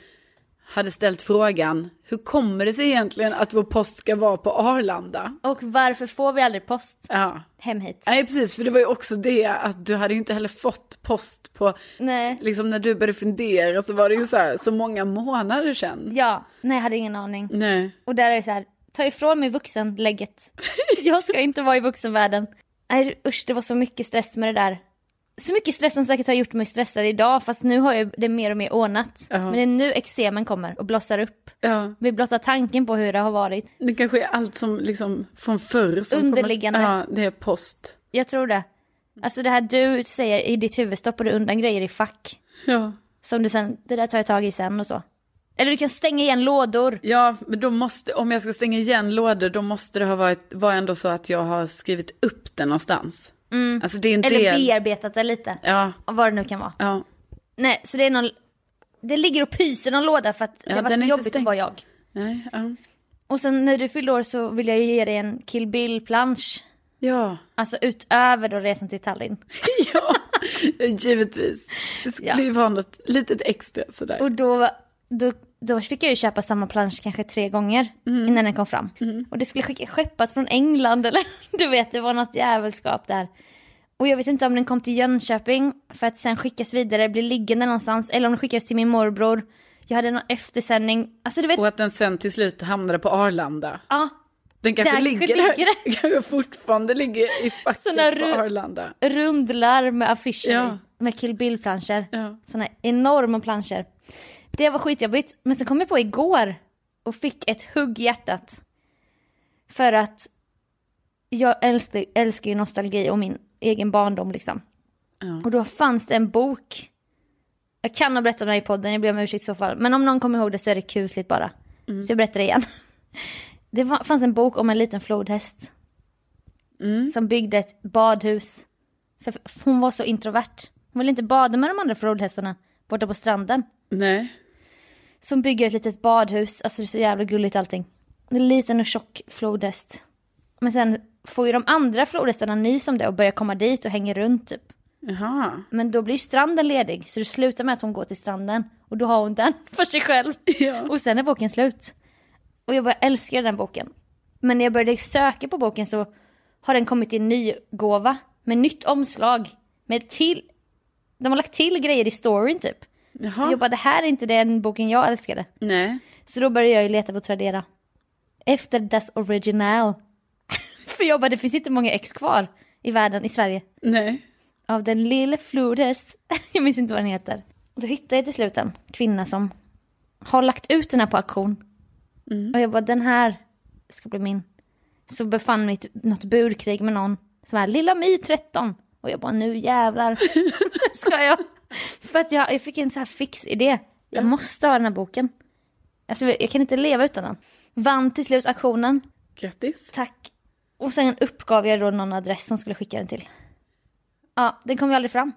Speaker 1: hade ställt frågan, hur kommer det sig egentligen att vår post ska vara på Arlanda?
Speaker 2: Och varför får vi aldrig post
Speaker 1: Ja.
Speaker 2: hem hit?
Speaker 1: Nej, precis, för det var ju också det att du hade ju inte heller fått post på,
Speaker 2: Nej.
Speaker 1: liksom när du började fundera så var det ju så här, så många månader sedan.
Speaker 2: Ja, nej jag hade ingen aning.
Speaker 1: Nej.
Speaker 2: Och där är det så här, ta ifrån mig vuxenlägget. Jag ska inte vara i vuxenvärlden. Nej usch, det var så mycket stress med det där. Så mycket stress som säkert har gjort mig stressad idag, fast nu har jag det mer och mer ordnat.
Speaker 1: Ja.
Speaker 2: Men det är nu eksemen kommer och blossar upp.
Speaker 1: Ja,
Speaker 2: Vid blotta tanken på hur det har varit.
Speaker 1: det kanske är allt som liksom från förr som kommer-
Speaker 2: Underliggande.
Speaker 1: Ja, det är post.
Speaker 2: Jag tror det. Alltså det här du säger i ditt huvud stoppar du undan grejer i fack.
Speaker 1: Ja.
Speaker 2: Som du sen, det där tar jag tag i sen och så. Eller du kan stänga igen lådor.
Speaker 1: Ja, men då måste, om jag ska stänga igen lådor, då måste det ha varit, var ändå så att jag har skrivit upp det någonstans. Mm. Alltså det är en
Speaker 2: Eller
Speaker 1: del.
Speaker 2: bearbetat det lite.
Speaker 1: Ja,
Speaker 2: Och vad det nu kan vara.
Speaker 1: ja.
Speaker 2: Nej, så det är någon... Det ligger och pyser någon låda för att
Speaker 1: Ja,
Speaker 2: det
Speaker 1: den
Speaker 2: var så
Speaker 1: är inte
Speaker 2: jobbigt att
Speaker 1: stängd.
Speaker 2: vara jag.
Speaker 1: Nej, ja.
Speaker 2: Och sen när du fyllde år så vill jag ju ge dig en Kill Bill-plansch.
Speaker 1: Ja.
Speaker 2: Alltså utöver då resan till Tallinn.
Speaker 1: ja, givetvis. Det skulle
Speaker 2: Ja.
Speaker 1: ju vara något litet extra sådär.
Speaker 2: Och då, då, då fick jag ju köpa samma plansch kanske tre gånger
Speaker 1: Mm.
Speaker 2: innan den kom fram. Och det skulle skicka, skeppas från England eller du vet det var något jävelskap där. Och jag vet inte om den kom till Jönköping för att sen skickas vidare, blir liggande någonstans. Eller om den skickas till min morbror. Jag hade någon eftersändning. Alltså du vet,
Speaker 1: Och att den sen till slut hamnade på Arlanda.
Speaker 2: ja.
Speaker 1: Den kanske
Speaker 2: Där
Speaker 1: ligger
Speaker 2: ligger
Speaker 1: där. kanske fortfarande ligger i
Speaker 2: Så
Speaker 1: facket
Speaker 2: när
Speaker 1: på
Speaker 2: du-
Speaker 1: Arlanda.
Speaker 2: Rundlar med affischer
Speaker 1: Ja.
Speaker 2: i, med Kill Bill-planscher.
Speaker 1: Ja.
Speaker 2: Såna enorma planscher. Det var skitjobbigt. Men sen kom jag på igår och fick ett hugg i hjärtat. För att jag älskar, älskar ju nostalgi och min egen barndom liksom.
Speaker 1: Ja.
Speaker 2: Och då fanns det en bok. Jag kan ha berättat om det här i podden, jag ber om ursäkt i så fall. Men om någon kommer ihåg det så är det kusligt bara.
Speaker 1: Mm.
Speaker 2: Så jag berättar det igen. Det var- fanns en bok om en liten flodhäst.
Speaker 1: Mm.
Speaker 2: Som byggde ett badhus. För för hon var så introvert. Hon ville inte bada med de andra flodhästarna borta på stranden.
Speaker 1: Nej.
Speaker 2: Som bygger ett litet badhus. Alltså det är så jävla gulligt allting. En liten och tjock flodhäst. Men sen får ju de andra flodhästarna nys om det och börjar komma dit och hänger runt typ.
Speaker 1: Jaha.
Speaker 2: Men då blir ju stranden ledig så det slutar med att hon går till stranden och då har hon den för sig själv.
Speaker 1: Ja.
Speaker 2: Och sen är boken slut. Och jag bara älskar den boken. Men när jag började söka på boken så har den kommit i en ny gåva med nytt omslag. Med till... De har lagt till grejer i storyn typ.
Speaker 1: Jaha.
Speaker 2: Jag bara det här är inte den boken jag älskade.
Speaker 1: Nej.
Speaker 2: Så då började jag ju leta på Tradera. Efter dess original. för jag bara det finns inte många ex kvar i världen, i Sverige
Speaker 1: Nej.
Speaker 2: av den lille flodhäst. Jag minns inte vad den heter. Då hittade jag till slut en kvinna som har lagt ut den här på auktion. Och jag bara, den här ska bli min. Så befann mig i typ något burkrig med någon som var lilla my 13. Och jag bara, nu jävlar ska jag. För att jag, jag fick en så här fix idé. Jag måste ha den här boken. Alltså, jag kan inte leva utan den. Vann till slut auktionen.
Speaker 1: Grattis.
Speaker 2: Tack. Och sen uppgav jag då någon adress som skulle skicka den till. Ja, den kom ju aldrig fram.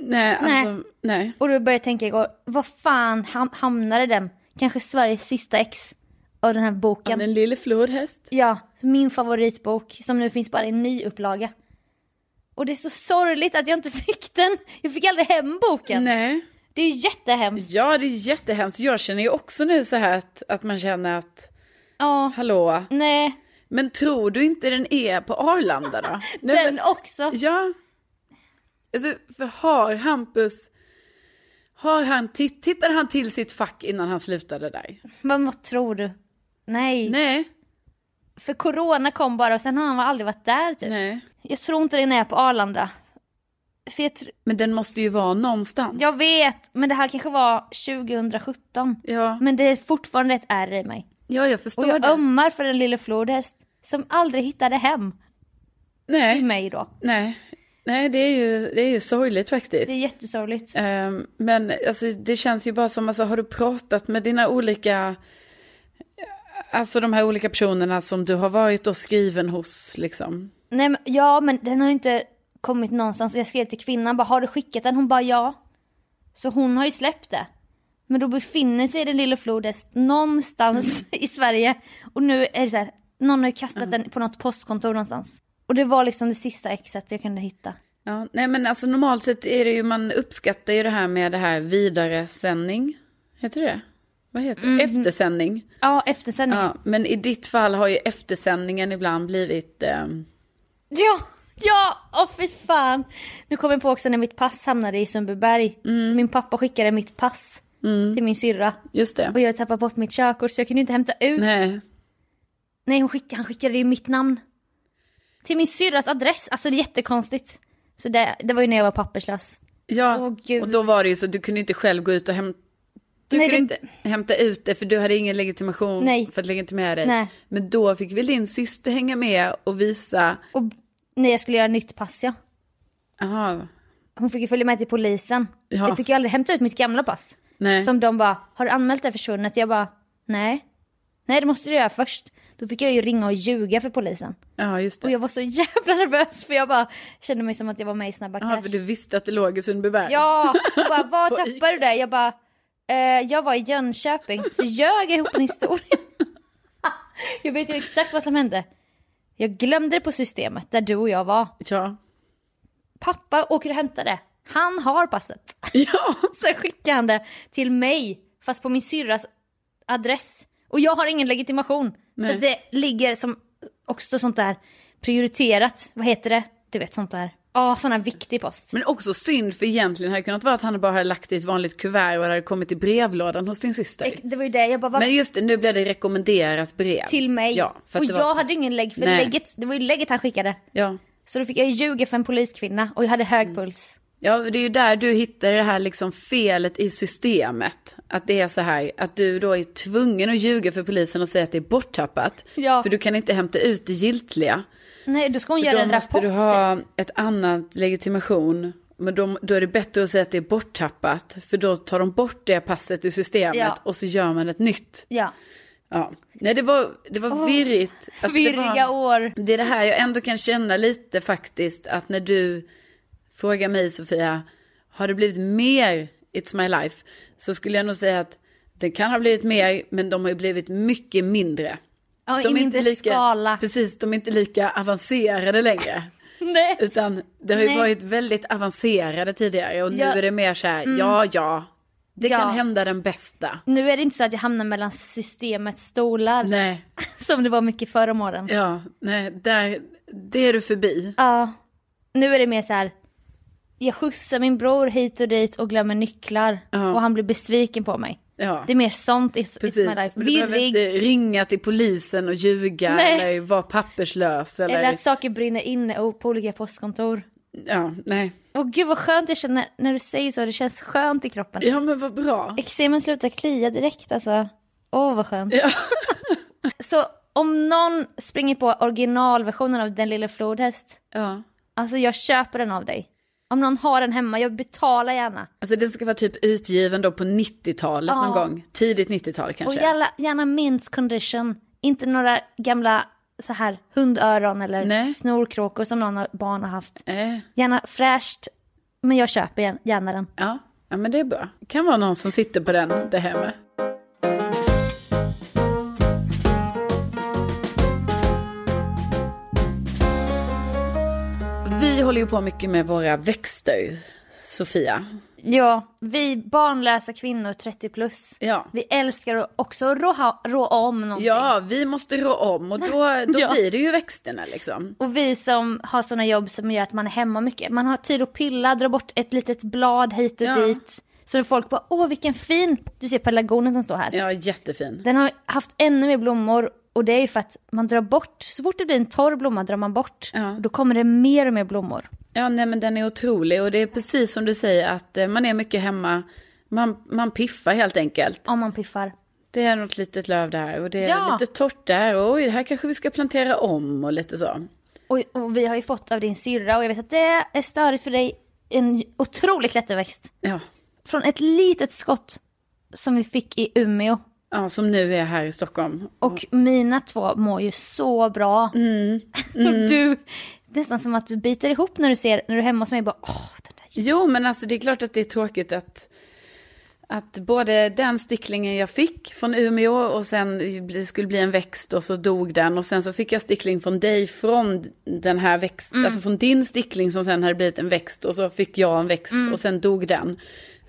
Speaker 1: Nej, alltså, nej.
Speaker 2: Och då började jag tänka igår, vad fan ham- hamnade den? Kanske Sveriges sista ex av den här boken.
Speaker 1: Den lille flodhäst.
Speaker 2: Ja, min favoritbok som nu finns bara i en ny upplaga. Och det är så sorgligt att jag inte fick den. Jag fick aldrig hem boken.
Speaker 1: Nej.
Speaker 2: Det är ju jättehemskt.
Speaker 1: Ja, det är jättehemskt. Jag känner ju också nu så här att, att man känner att,
Speaker 2: Ja,
Speaker 1: hallå,
Speaker 2: nej,
Speaker 1: men tror du inte den är på Arlanda då? Nej,
Speaker 2: den
Speaker 1: men,
Speaker 2: också.
Speaker 1: ja. Alltså, för har Hampus, har han, titt- tittar han till sitt fack innan han slutade där?
Speaker 2: Men vad tror du? Nej.
Speaker 1: Nej,
Speaker 2: för corona kom bara och sen har han aldrig varit där typ.
Speaker 1: nej.
Speaker 2: Jag tror inte den är på Arlanda. För jag, tr-
Speaker 1: Men den måste ju vara någonstans.
Speaker 2: jag vet, men det här kanske var 2017.
Speaker 1: Ja,
Speaker 2: Men det är fortfarande ett ärr i mig.
Speaker 1: ja jag
Speaker 2: Och
Speaker 1: förstår
Speaker 2: jag
Speaker 1: det.
Speaker 2: ömmar för den lille flodhäst som aldrig hittade hem i
Speaker 1: Nej,
Speaker 2: mig då.
Speaker 1: nej. Nej, det är ju, det är ju sorgligt faktiskt.
Speaker 2: Det är jättesorgligt.
Speaker 1: Ehm, Men alltså, det känns ju bara som, alltså, har du pratat med dina olika, alltså de här olika personerna som du har varit och skriven hos liksom?
Speaker 2: Nej, men, ja, men den har ju inte kommit någonstans. Och jag skrev till kvinnan bara, har du skickat den? Hon bara, ja. Så hon har ju släppt det. Men då befinner sig den lilla flodhäst någonstans i Sverige. Och nu är det så här, någon har ju kastat den på något postkontor någonstans. Och det var liksom det sista exet jag kunde hitta.
Speaker 1: Ja, nej men alltså normalt sett är det ju, man uppskattar ju det här med det här vidaresändning, heter det vad heter det? Eftersändning.
Speaker 2: Ja, eftersändning. Ja.
Speaker 1: Ja, men i ditt fall har ju eftersändningen ibland blivit... Eh,
Speaker 2: ja! Ja, åh fy fan! Nu kom jag på också när mitt pass hamnade i Sundbyberg. Min pappa skickade mitt pass till min syrra.
Speaker 1: just det.
Speaker 2: Och jag tappade bort mitt körkort så jag kunde inte hämta ut. Nej,
Speaker 1: Nej.
Speaker 2: hon skickade, han skickade ju mitt namn. Till min syrras adress, alltså det är jättekonstigt. Så det, det var ju när jag var papperslös.
Speaker 1: Ja,
Speaker 2: Åh, gud.
Speaker 1: och då var det ju så, du kunde ju inte själv gå ut och hämta... Du
Speaker 2: Nej,
Speaker 1: kunde
Speaker 2: det-
Speaker 1: inte hämta ut det för du hade ingen legitimation
Speaker 2: Nej.
Speaker 1: för att legitimera dig.
Speaker 2: Nej.
Speaker 1: Men då fick väl din syster hänga med och visa,
Speaker 2: Och när jag skulle göra nytt pass ja.
Speaker 1: jaha,
Speaker 2: Hon fick ju följa med till polisen.
Speaker 1: Ja.
Speaker 2: Jag fick ju aldrig hämta ut mitt gamla pass.
Speaker 1: nej.
Speaker 2: Som de bara, har du anmält det här försvunnet? Jag bara, nej. Nej det måste du göra först. Då fick jag ju ringa och ljuga för polisen.
Speaker 1: Ja, just
Speaker 2: Och
Speaker 1: det.
Speaker 2: jag var så jävla nervös för jag bara kände mig som att jag var med i Snabba Cash.
Speaker 1: Jaha, för du visste att det låg i Sundbyberg?
Speaker 2: Ja, hon bara, var
Speaker 1: På
Speaker 2: tappade du det? Jag bara, eh, jag var i Jönköping. Så ljög jag ihop en historia. jag vet ju exakt vad som hände. Jag glömde det på systemet där du och jag var.
Speaker 1: Ja.
Speaker 2: Pappa åker och hämtar det. Han har passet.
Speaker 1: Ja,
Speaker 2: Sen skickar han det till mig, fast på min syrras adress. Och jag har ingen legitimation.
Speaker 1: Nej.
Speaker 2: Så att det ligger som också sånt där prioriterat, vad heter det? Du vet sånt där. Ja, sån här viktig post.
Speaker 1: men också synd för egentligen hade det kunnat vara att han bara hade lagt det i ett vanligt kuvert och det hade kommit i brevlådan hos din syster.
Speaker 2: Det var ju det, jag bara, vad
Speaker 1: Men just det, nu blev det rekommenderat brev.
Speaker 2: till mig.
Speaker 1: Ja, för
Speaker 2: och
Speaker 1: att det
Speaker 2: jag
Speaker 1: var...
Speaker 2: hade ingen lägg för
Speaker 1: Nej.
Speaker 2: lägget, det var ju lägget han skickade.
Speaker 1: Ja.
Speaker 2: Så då fick jag ju ljuga för en poliskvinna och jag hade
Speaker 1: Mm.
Speaker 2: hög puls.
Speaker 1: Ja, det är ju där du hittar det här liksom felet i systemet. Att det är så här, att du då är tvungen att ljuga för polisen och säga att det är borttappat.
Speaker 2: Ja.
Speaker 1: För du kan inte hämta ut det giltiga.
Speaker 2: Nej, då ska hon
Speaker 1: För
Speaker 2: göra
Speaker 1: då
Speaker 2: en
Speaker 1: måste
Speaker 2: rapport. typ.
Speaker 1: du ha ett annat legitimation. Men då, då är det bättre att säga att det är borttappat. För då tar de bort det passet ur systemet
Speaker 2: Ja.
Speaker 1: och så gör man ett nytt.
Speaker 2: Ja.
Speaker 1: Ja. Nej, det var, det var virrigt. Alltså, det var-
Speaker 2: Virriga år.
Speaker 1: det är det här jag ändå kan känna lite faktiskt att när du frågar mig Sofia, har det blivit mer It's My Life? Så skulle jag nog säga att det kan ha blivit mer, men de har ju blivit mycket mindre.
Speaker 2: Ja,
Speaker 1: De
Speaker 2: I mindre skala.
Speaker 1: Precis, de är inte lika avancerade längre.
Speaker 2: Nej.
Speaker 1: Utan det har ju
Speaker 2: Nej.
Speaker 1: varit väldigt avancerade tidigare och nu
Speaker 2: Ja. Mm.
Speaker 1: är det mer så här, ja, ja, det
Speaker 2: Ja.
Speaker 1: kan hända den bästa.
Speaker 2: Nu är det inte så att jag hamnar mellan systemets stolar.
Speaker 1: Nej,
Speaker 2: Som det var mycket förr om åren. Ja.
Speaker 1: ja, nej, där, det är du förbi.
Speaker 2: Nu är det mer så här. Jag skjutsar min bror hit och dit och glömmer nycklar.
Speaker 1: Ja.
Speaker 2: Och han blir besviken på mig.
Speaker 1: Ja.
Speaker 2: Det är mer sånt i It's
Speaker 1: Precis,
Speaker 2: my life.
Speaker 1: men du behöver
Speaker 2: Virrig.
Speaker 1: inte ringa till polisen och ljuga
Speaker 2: Nej.
Speaker 1: eller vara papperslös eller,
Speaker 2: Eller att saker brinner inne och på olika postkontor.
Speaker 1: ja, nej.
Speaker 2: Och gud vad skönt jag känner när du säger så, det känns skönt i kroppen.
Speaker 1: Ja men vad bra.
Speaker 2: Eksemen slutar klia direkt alltså. Åh vad skönt.
Speaker 1: Ja.
Speaker 2: Så om någon springer på originalversionen av Den lilla flodhäst,
Speaker 1: ja.
Speaker 2: alltså jag köper den av dig. Om någon har den hemma, jag betalar gärna.
Speaker 1: Alltså den ska vara typ utgiven då på 90-talet
Speaker 2: Ja.
Speaker 1: någon gång. Tidigt 90-tal kanske.
Speaker 2: Och gärna, gärna minst condition, inte några gamla så här hundöron eller
Speaker 1: Nej.
Speaker 2: snorkråkor som någon har- barn har haft.
Speaker 1: Eh,
Speaker 2: Gärna fräscht, men jag köper gär- gärna den.
Speaker 1: ja. ja men det är bra. Det kan vara någon som sitter på den där hemma. Vi håller ju på mycket med våra växter, Sofia.
Speaker 2: Ja, vi barnlösa kvinnor 30 plus.
Speaker 1: Ja.
Speaker 2: Vi älskar att också rå, ha- rå om någonting.
Speaker 1: Ja, vi måste rå om och då, då
Speaker 2: Ja.
Speaker 1: blir det ju växterna liksom.
Speaker 2: Och vi som har sådana jobb som gör att man är hemma mycket. Man har tid att pilla, dra bort ett litet blad hit och
Speaker 1: Ja.
Speaker 2: dit. Så folk bara, åh vilken fin, du ser pelargonen som står här.
Speaker 1: Ja, jättefin.
Speaker 2: Den har haft ännu mer blommor och det är ju för att man drar bort, så fort det blir en torr blomma drar man bort.
Speaker 1: Ja.
Speaker 2: Och Då kommer det mer och mer blommor.
Speaker 1: Ja, nej men den är otrolig och det är precis som du säger att eh, man är mycket hemma. Man, man piffar helt enkelt.
Speaker 2: Om man piffar.
Speaker 1: Det är något litet löv där och det är
Speaker 2: Ja.
Speaker 1: lite torrt där och oj, här kanske vi ska plantera om och lite så.
Speaker 2: Och, och vi har ju fått av din syrra och jag vet att det är störigt för dig. En otroligt klätterväxt.
Speaker 1: Ja,
Speaker 2: Från ett litet skott som vi fick i Umeå.
Speaker 1: ja som nu är här i Stockholm.
Speaker 2: Och mina två mår ju så bra.
Speaker 1: Mm.
Speaker 2: och du, nästan som att du biter ihop när du ser, när du är hemma hos mig bara åh, den där.
Speaker 1: Jo, men alltså det är klart att det är tråkigt att, att både den sticklingen jag fick från Umeå och sen det skulle bli en växt och så dog den och sen så fick jag stickling från dig från den här växt, alltså från din stickling som sen hade blivit en växt och så fick jag en växt och sen dog den.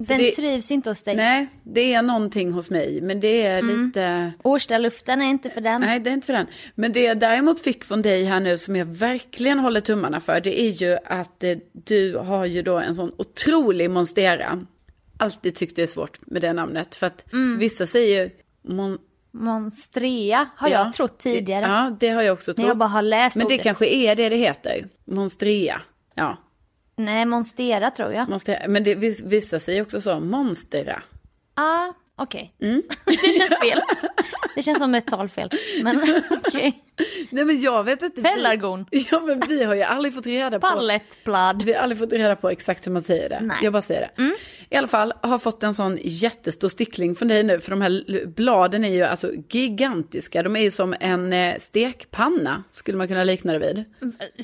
Speaker 1: Så
Speaker 2: Den
Speaker 1: det,
Speaker 2: trivs inte hos dig.
Speaker 1: nej, det är någonting hos mig, men det är lite...
Speaker 2: Årstaluften är inte för den.
Speaker 1: Nej, det är inte för den. Men det jag däremot fick från dig här nu som jag verkligen håller tummarna för, det är ju att eh, du har ju då en sån otrolig monstera. Alltid tyckt det är svårt med det namnet, för att vissa säger ju mon-
Speaker 2: Monstrea har
Speaker 1: ja.
Speaker 2: jag trott tidigare.
Speaker 1: Ja, det har jag också
Speaker 2: När
Speaker 1: trott.
Speaker 2: jag bara har läst
Speaker 1: Men det
Speaker 2: ordet.
Speaker 1: kanske är det det heter, monstrea. Ja,
Speaker 2: Nej, monstera tror jag.
Speaker 1: monstera. Men det, vis- vissa säger också så, monstera.
Speaker 2: Ah, okej.
Speaker 1: Mm.
Speaker 2: det känns fel. Det känns som ett talfel. Men okej.
Speaker 1: Nej men jag vet inte. vi-
Speaker 2: Pelargon.
Speaker 1: Ja men vi har ju aldrig fått reda på.
Speaker 2: Pallettblad.
Speaker 1: Vi har aldrig fått reda på exakt hur man säger det.
Speaker 2: Nej.
Speaker 1: Jag bara säger det. I alla fall, har fått en sån jättestor stickling från dig nu. För de här l- bladen är ju alltså gigantiska. De är ju som en eh, stekpanna, skulle man kunna likna det vid.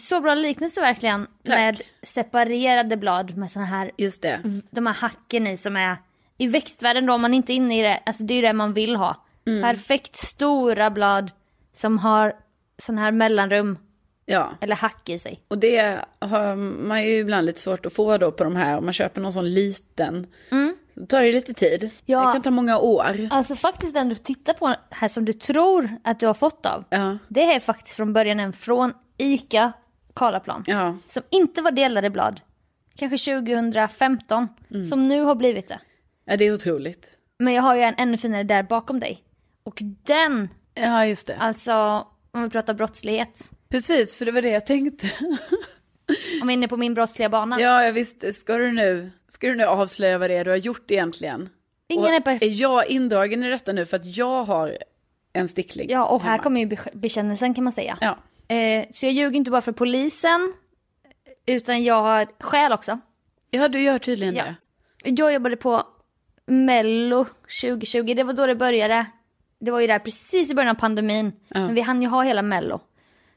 Speaker 2: Så bra liknelse verkligen. Med separerade blad med såna här,
Speaker 1: Just det.
Speaker 2: de här hacken i som är i växtvärlden då om man inte är inne i det, alltså det är ju det man vill ha. Perfekt stora blad som har sån här mellanrum
Speaker 1: Ja.
Speaker 2: eller hack i sig.
Speaker 1: Och det har man ju ibland lite svårt att få då på de här. Om man köper någon sån liten. Då tar det ju lite tid.
Speaker 2: Ja.
Speaker 1: Det kan ta många år.
Speaker 2: Alltså faktiskt den du tittar på här som du tror att du har fått av.
Speaker 1: Ja.
Speaker 2: Det är faktiskt från början en från ICA Karlaplan.
Speaker 1: Ja.
Speaker 2: Som inte var delade blad. Kanske 2015. Som nu har blivit det.
Speaker 1: Ja, det är otroligt.
Speaker 2: Men jag har ju en ännu finare där bakom dig. Och den,
Speaker 1: Ja, just det.
Speaker 2: alltså om vi pratar brottslighet.
Speaker 1: Precis, för det var det jag tänkte.
Speaker 2: Om vi är inne på min brottsliga bana.
Speaker 1: Ja, jag visste. Ska du nu, ska du nu avslöja vad det är du har gjort egentligen?
Speaker 2: Ingen
Speaker 1: och
Speaker 2: är perfekt.
Speaker 1: jag indragen i detta nu för att jag har en stickling?
Speaker 2: Ja, och här
Speaker 1: hemma?
Speaker 2: kommer ju be- bekännelsen kan man säga.
Speaker 1: Ja,
Speaker 2: Eh, så jag ljuger inte bara för polisen. Utan jag har ett skäl också.
Speaker 1: ja du gör tydligen
Speaker 2: Ja.
Speaker 1: det.
Speaker 2: Jag jobbade på Mello 2020, det var då det började. Det var ju där precis i början av pandemin. Men vi hann ju ha hela Mello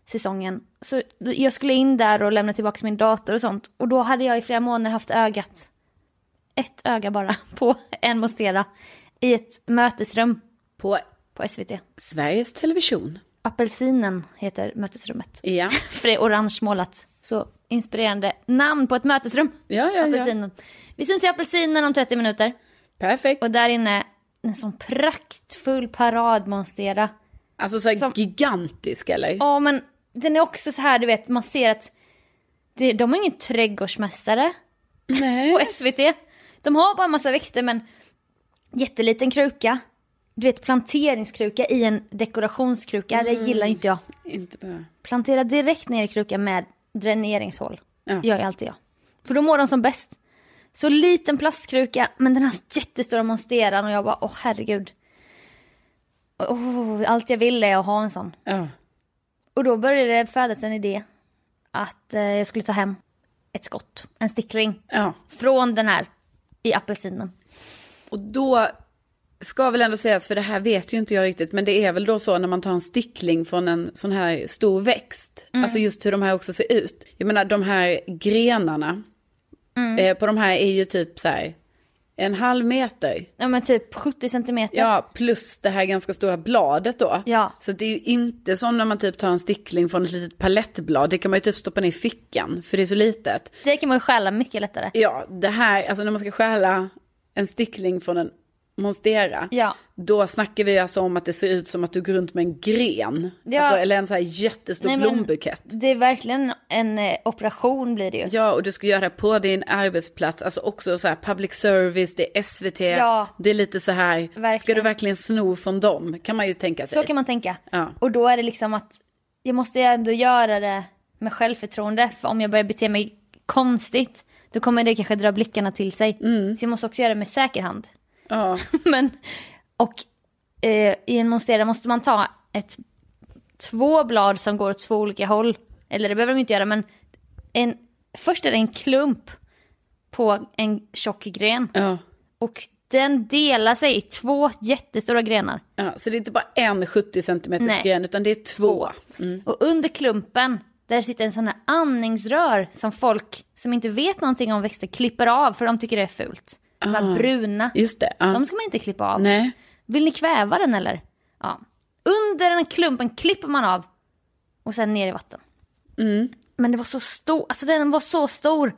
Speaker 2: säsongen. Så jag skulle in där och lämna tillbaka min dator och sånt. Och då hade jag i flera månader haft ögat, ett öga bara, på en Monstera. I ett mötesrum
Speaker 1: På
Speaker 2: på SVT.
Speaker 1: Sveriges Television.
Speaker 2: Apelsinen heter mötesrummet.
Speaker 1: Ja,
Speaker 2: För det är orange målat. Så inspirerande namn på ett mötesrum.
Speaker 1: ja, ja. ja.
Speaker 2: Apelsinen. Vi syns i Apelsinen om 30 minuter.
Speaker 1: Perfekt.
Speaker 2: Och där inne, en sån praktfull paradmonstera.
Speaker 1: Alltså så här
Speaker 2: Som-
Speaker 1: gigantisk eller?
Speaker 2: Ja men den är också så här du vet, man ser att det, de har ingen trädgårdsmästare
Speaker 1: Nej.
Speaker 2: på SVT. De har bara en massa växter men jätteliten kruka. Du vet planteringskruka i en dekorationskruka,
Speaker 1: Mm.
Speaker 2: det gillar ju inte jag.
Speaker 1: Inte bara.
Speaker 2: Plantera direkt ner i krukan med dräneringshål.
Speaker 1: Ja.
Speaker 2: Gör ju alltid jag. För då mår de som bäst. Så liten plastkruka, men den här jättestora monsteran och jag bara, åh herregud. Åh, allt jag vill är att ha en sån.
Speaker 1: Ja.
Speaker 2: Och då började det födas en idé att eh, jag skulle ta hem ett skott, en stickling,
Speaker 1: ja.
Speaker 2: från den här i apelsinen.
Speaker 1: Och då ska väl ändå sägas, för det här vet ju inte jag riktigt, men det är väl då så när man tar en stickling från en sån här stor växt,
Speaker 2: Mm.
Speaker 1: alltså just hur de här också ser ut. Jag menar de här grenarna
Speaker 2: Mm.
Speaker 1: eh, på de här är ju typ så här en halv meter.
Speaker 2: Ja men typ 70 centimeter.
Speaker 1: Ja, plus det här ganska stora bladet då.
Speaker 2: Ja.
Speaker 1: Så det är ju inte som när man typ tar en stickling från ett litet palettblad. Det kan man ju typ stoppa ner i fickan, för det är så litet.
Speaker 2: Det kan man ju stjäla mycket lättare.
Speaker 1: Ja, det här, alltså när man ska stjäla en stickling från en monstera.
Speaker 2: Ja.
Speaker 1: Då snackar vi alltså om att det ser ut som att du går runt med en gren.
Speaker 2: Ja.
Speaker 1: Alltså, eller en så här jättestor
Speaker 2: Nej, men-
Speaker 1: blombukett.
Speaker 2: Det är verkligen en eh, operation blir det ju.
Speaker 1: Ja, och du ska göra det på din arbetsplats, alltså också så här public service, det är SVT,
Speaker 2: Ja.
Speaker 1: det är lite så här, ska
Speaker 2: Verkligen.
Speaker 1: du verkligen sno från dem? Kan man ju tänka sig.
Speaker 2: Så kan man tänka.
Speaker 1: Ja.
Speaker 2: Och då är det liksom att jag måste ju ändå göra det med självförtroende. För om jag börjar bete mig konstigt då kommer det kanske dra blickarna till sig. Så jag måste också göra det med säker hand.
Speaker 1: Ja,
Speaker 2: Men, och eh, i en monstera måste man ta ett, två blad som går åt två olika håll. Eller det behöver de inte göra men en, först är det en klump på en tjock gren.
Speaker 1: ja,
Speaker 2: Och den delar sig i två jättestora grenar.
Speaker 1: ja. Så det är inte bara en 70 cm
Speaker 2: Nej.
Speaker 1: gren, utan det är två.
Speaker 2: Och under klumpen, där sitter en sån här andningsrör som folk som inte vet någonting om växter klipper av för de tycker det är fult. De här bruna,
Speaker 1: Just det, Ah. ja.
Speaker 2: de ska man inte klippa av.
Speaker 1: Nej.
Speaker 2: Vill ni kväva den eller? Ja. Under den klumpen klipper man av och sen ner i vatten. Men det var så stor, alltså den var så stor.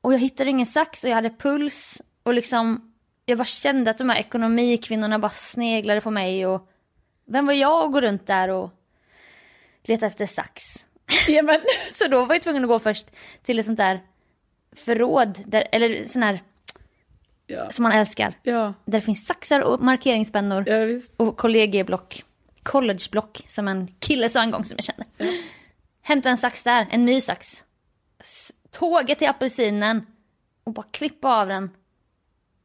Speaker 2: Och jag hittade ingen sax och jag hade puls Och liksom, jag bara kände att de här ekonomikvinnorna bara sneglade på mig och vem var jag att gå runt där och leta efter sax?
Speaker 1: Ja, men,
Speaker 2: Så då var jag tvungen att gå först till ett sånt där förråd, där, eller sån här
Speaker 1: ja.
Speaker 2: som man älskar.
Speaker 1: ja,
Speaker 2: Där det finns saxar och markeringspennor
Speaker 1: ja visst.
Speaker 2: och kollegieblock. Collegeblock, som en kille sa en gång som jag kände. Hämta en sax där, en ny sax. S- Tåget till apelsinen och bara klippa av den.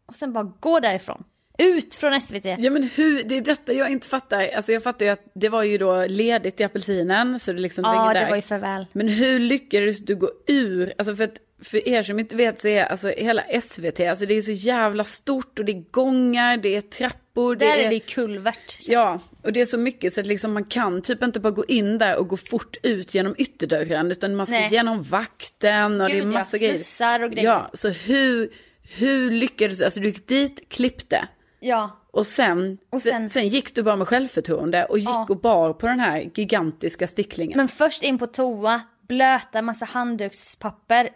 Speaker 2: Och sen bara gå därifrån. Ut från SVT.
Speaker 1: Ja men hur, det är detta jag inte fattar. Alltså jag fattar ju att det var ju då ledigt i apelsinen så det liksom var
Speaker 2: Ja,
Speaker 1: ingen
Speaker 2: det
Speaker 1: där.
Speaker 2: var ju farväl.
Speaker 1: Men hur lyckades du gå ur, alltså för, att, för er som inte vet så är alltså hela SVT, alltså det är så jävla stort och det är gångar, det är trappor,
Speaker 2: Där är det ju kulvert.
Speaker 1: Ja, och det är så mycket så att liksom man kan typ inte bara gå in där och gå fort ut genom ytterdörren utan man ska
Speaker 2: Nej.
Speaker 1: genom vakten och det
Speaker 2: Gud,
Speaker 1: är
Speaker 2: ja.
Speaker 1: massa grejer.
Speaker 2: Slussar och grejer.
Speaker 1: Ja, så hur, hur lyckades du, alltså du gick dit, klippte
Speaker 2: Ja,
Speaker 1: och sen,
Speaker 2: Och sen-
Speaker 1: sen, sen gick du bara med självförtroende och gick
Speaker 2: Ja.
Speaker 1: och bar på den här gigantiska sticklingen.
Speaker 2: Men först in på toa, blöta massa handdukspapper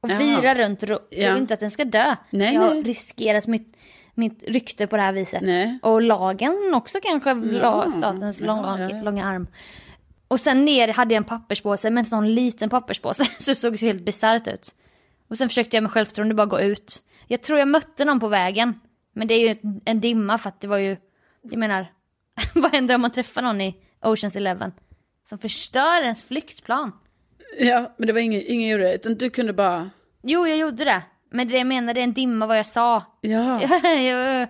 Speaker 2: och
Speaker 1: Jaha.
Speaker 2: vira runt. ro- Jag
Speaker 1: Ja.
Speaker 2: vill inte att den ska dö.
Speaker 1: Nej,
Speaker 2: jag har
Speaker 1: nej.
Speaker 2: riskerat mitt, mitt rykte på det här viset.
Speaker 1: Nej.
Speaker 2: Och lagen också kanske, la,
Speaker 1: Ja.
Speaker 2: statens
Speaker 1: Ja,
Speaker 2: långa,
Speaker 1: Ah, ja, ja.
Speaker 2: långa arm. Och sen ner hade jag en papperspåse, men en sån liten papperspåse. Så det såg så helt bisarrt ut. Och sen försökte jag med självförtroende bara gå ut. Jag tror jag mötte någon på vägen. Men det är ju ett- en dimma för att det var ju, jag menar, vad händer om man träffar någon i Oceans Eleven? Som förstör ens flyktplan.
Speaker 1: Ja, men det var ingen, ingen gjorde det, utan du kunde bara,
Speaker 2: Jo, jag gjorde det. Men det jag menade, är en dimma vad jag sa.
Speaker 1: ja.
Speaker 2: Jag-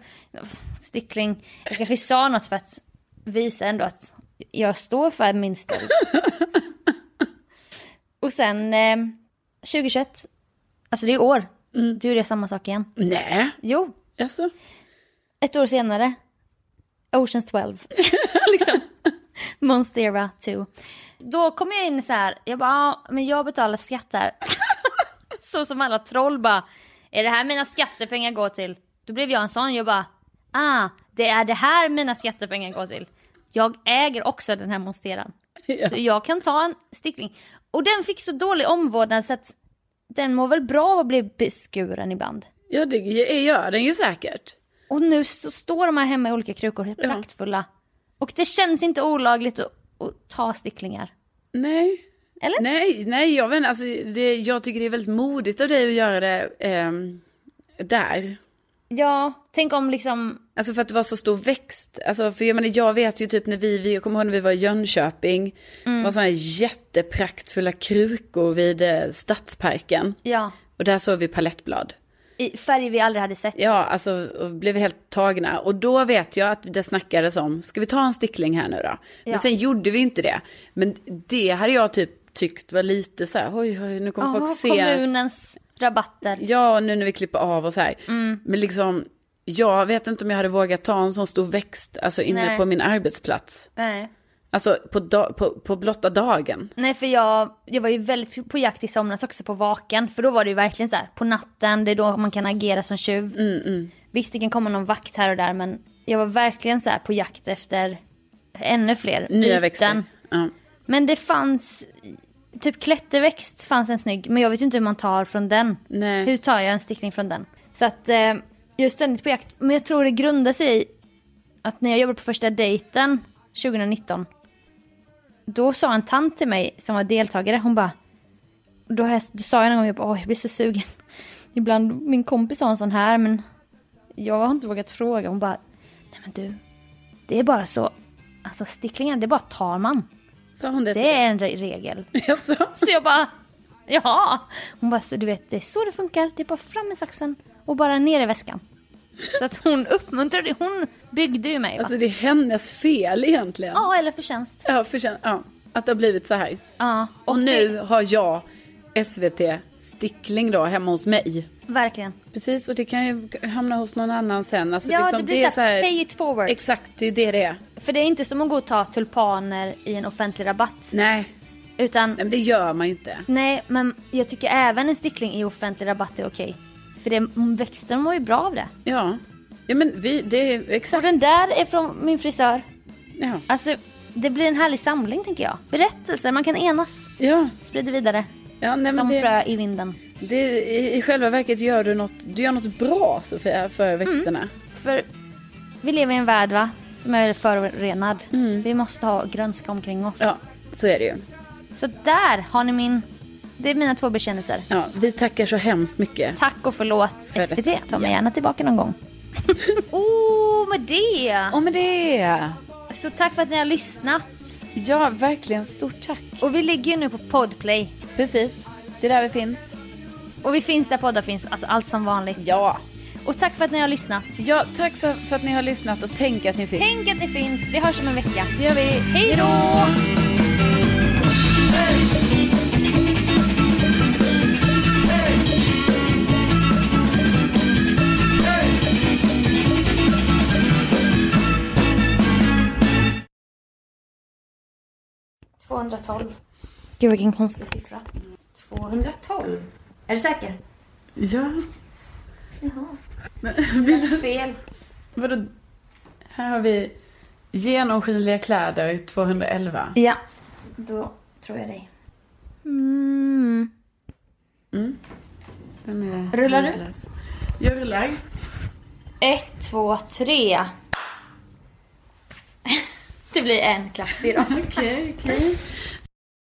Speaker 2: Stickling. Jag kanske sa något för att visa ändå att jag står för min stöld. Och sen eh, 2021, alltså det är år, du gjorde jag samma sak igen.
Speaker 1: Nej,
Speaker 2: Jo,
Speaker 1: alltså.
Speaker 2: ett år senare, Oceans 12. liksom. Monstera 2. Då kom jag in så här, jag bara, ja, men jag betalar skatter. så som alla troll bara, är det här mina skattepengar går till? Då blev jag en sån, jag bara, ah, det är det här mina skattepengar går till. Jag äger också den här monsteran.
Speaker 1: Ja.
Speaker 2: Så jag kan ta en stickling. Och den fick så dålig omvårdnad så att den mår väl bra av att bli beskuren ibland.
Speaker 1: Ja, det gör den ju säkert.
Speaker 2: Och nu så står de här hemma i olika krukor, helt praktfulla. Och det känns inte olagligt att, att ta sticklingar.
Speaker 1: Nej.
Speaker 2: Eller?
Speaker 1: Nej, nej jag vet inte. Alltså, det, jag tycker det är väldigt modigt av dig att göra det ehm, där.
Speaker 2: Ja, tänk om liksom...
Speaker 1: Alltså för att det var så stor växt. Alltså för jag menar, jag vet ju typ när vi, vi jag kommer ihåg när vi var i Jönköping. Det var sådana här jättepraktfulla krukor vid eh, Stadsparken.
Speaker 2: Ja,
Speaker 1: Och där såg vi palettblad.
Speaker 2: i färger vi aldrig hade sett.
Speaker 1: Ja, alltså och blev helt tagna. Och då vet jag att det snackades om, ska vi ta en stickling här nu då? Men
Speaker 2: Ja.
Speaker 1: sen gjorde vi inte det. Men det hade jag typ tyckt var lite så här, oj, oj nu kommer
Speaker 2: Åh,
Speaker 1: folk se.
Speaker 2: kommunens rabatter.
Speaker 1: Ja, och nu när vi klipper av och så här.
Speaker 2: Mm.
Speaker 1: Men liksom, jag vet inte om jag hade vågat ta en sån stor växt, alltså inne
Speaker 2: Nej.
Speaker 1: på min arbetsplats.
Speaker 2: Nej.
Speaker 1: Alltså på, da- på, på blotta dagen.
Speaker 2: Nej, för jag, jag var ju väldigt på jakt i somras också på vaken. För då var det ju verkligen så här, på natten, det är då man kan agera som tjuv. Visst, det kan komma någon vakt här och där, men jag var verkligen så här på jakt efter ännu fler
Speaker 1: Nya
Speaker 2: byten.
Speaker 1: växter. Ja.
Speaker 2: Men det fanns, typ klätterväxt fanns en snygg, men jag vet ju inte hur man tar från den.
Speaker 1: Nej.
Speaker 2: Hur tar jag en stickning från den? Så att eh, jag är ständigt på jakt, men jag tror det grundar sig i att när jag jobbade på första dejten 2019, då sa en tant till mig som var deltagare, hon bara, då, har jag, då sa jag någon gång, jag bara, "Åh, jag blir så sugen. Ibland, min kompis har en sån här, men jag har inte vågat fråga. Hon bara, nej men du, det är bara så, alltså sticklingar, det bara tar man.
Speaker 1: Sa hon det?
Speaker 2: Det är en re- regel.
Speaker 1: Alltså,
Speaker 2: Så jag bara, jaha. Hon bara, så du vet det är så det funkar. Det är bara fram med saxen och bara ner i väskan. Så att hon uppmuntrade, hon byggde ju mig va?
Speaker 1: alltså det är hennes fel egentligen.
Speaker 2: Ja, eller förtjänst.
Speaker 1: Ja, förtjän- ja, att det har blivit så här.
Speaker 2: Ja,
Speaker 1: Och nu har jag SVT Stickling då hemma hos mig.
Speaker 2: verkligen.
Speaker 1: Precis, och det kan ju hamna hos någon annan sen. Alltså,
Speaker 2: Ja,
Speaker 1: liksom,
Speaker 2: det blir
Speaker 1: är
Speaker 2: så såhär, pay it forward.
Speaker 1: Exakt, det är det det är.
Speaker 2: För det är inte som att gå och ta tulpaner i en offentlig rabatt.
Speaker 1: Nej,
Speaker 2: Utan,
Speaker 1: nej men det gör man ju inte.
Speaker 2: nej, men jag tycker även en stickling i offentlig rabatt är okej. För det, växten mår ju bra av det.
Speaker 1: Ja, ja men vi, det är
Speaker 2: Och
Speaker 1: exakt.
Speaker 2: den där är från min frisör.
Speaker 1: Ja.
Speaker 2: Alltså, det blir en härlig samling tänker jag. Berättelser, man kan enas.
Speaker 1: Ja,
Speaker 2: Sprider vidare.
Speaker 1: ja nej, men
Speaker 2: Som
Speaker 1: det,
Speaker 2: frö i vinden.
Speaker 1: Det, i, I själva verket gör du något, du gör något bra Sofia för växterna.
Speaker 2: För vi lever i en värld va? Som är förorenad. Vi måste ha grönska omkring oss.
Speaker 1: Mm. Ja, så är det ju.
Speaker 2: Så där har ni min... Det är mina två bekännelser.
Speaker 1: Ja, vi tackar så hemskt mycket.
Speaker 2: Tack och förlåt
Speaker 1: För detta.
Speaker 2: SVT. Ta mig gärna tillbaka någon gång. oh, med det.
Speaker 1: Och med det.
Speaker 2: Så tack för att ni har lyssnat.
Speaker 1: Ja, verkligen stort tack.
Speaker 2: Och vi ligger ju nu på Podplay.
Speaker 1: Precis, det är där vi finns.
Speaker 2: Och vi finns där poddar finns, alltså allt som vanligt.
Speaker 1: Ja.
Speaker 2: Och tack för att ni har lyssnat.
Speaker 1: Ja, tack så för att ni har lyssnat och tänk att ni finns.
Speaker 2: Tänk att ni finns. Vi hörs om en vecka.
Speaker 1: Det gör vi.
Speaker 2: Hej då! Gud vilken konstig siffra. 212. Är du säker?
Speaker 1: Ja,
Speaker 2: Jaha.
Speaker 1: vill
Speaker 2: Det är fel.
Speaker 1: Vadå? Här har vi genomskinliga kläder 211.
Speaker 2: Ja. Då tror jag dig. Mm.
Speaker 1: Den är
Speaker 2: Rullar du?
Speaker 1: handlös. Jag rullar.
Speaker 2: Ett, två, tre. Det blir en klapp idag.
Speaker 1: Okej, okej.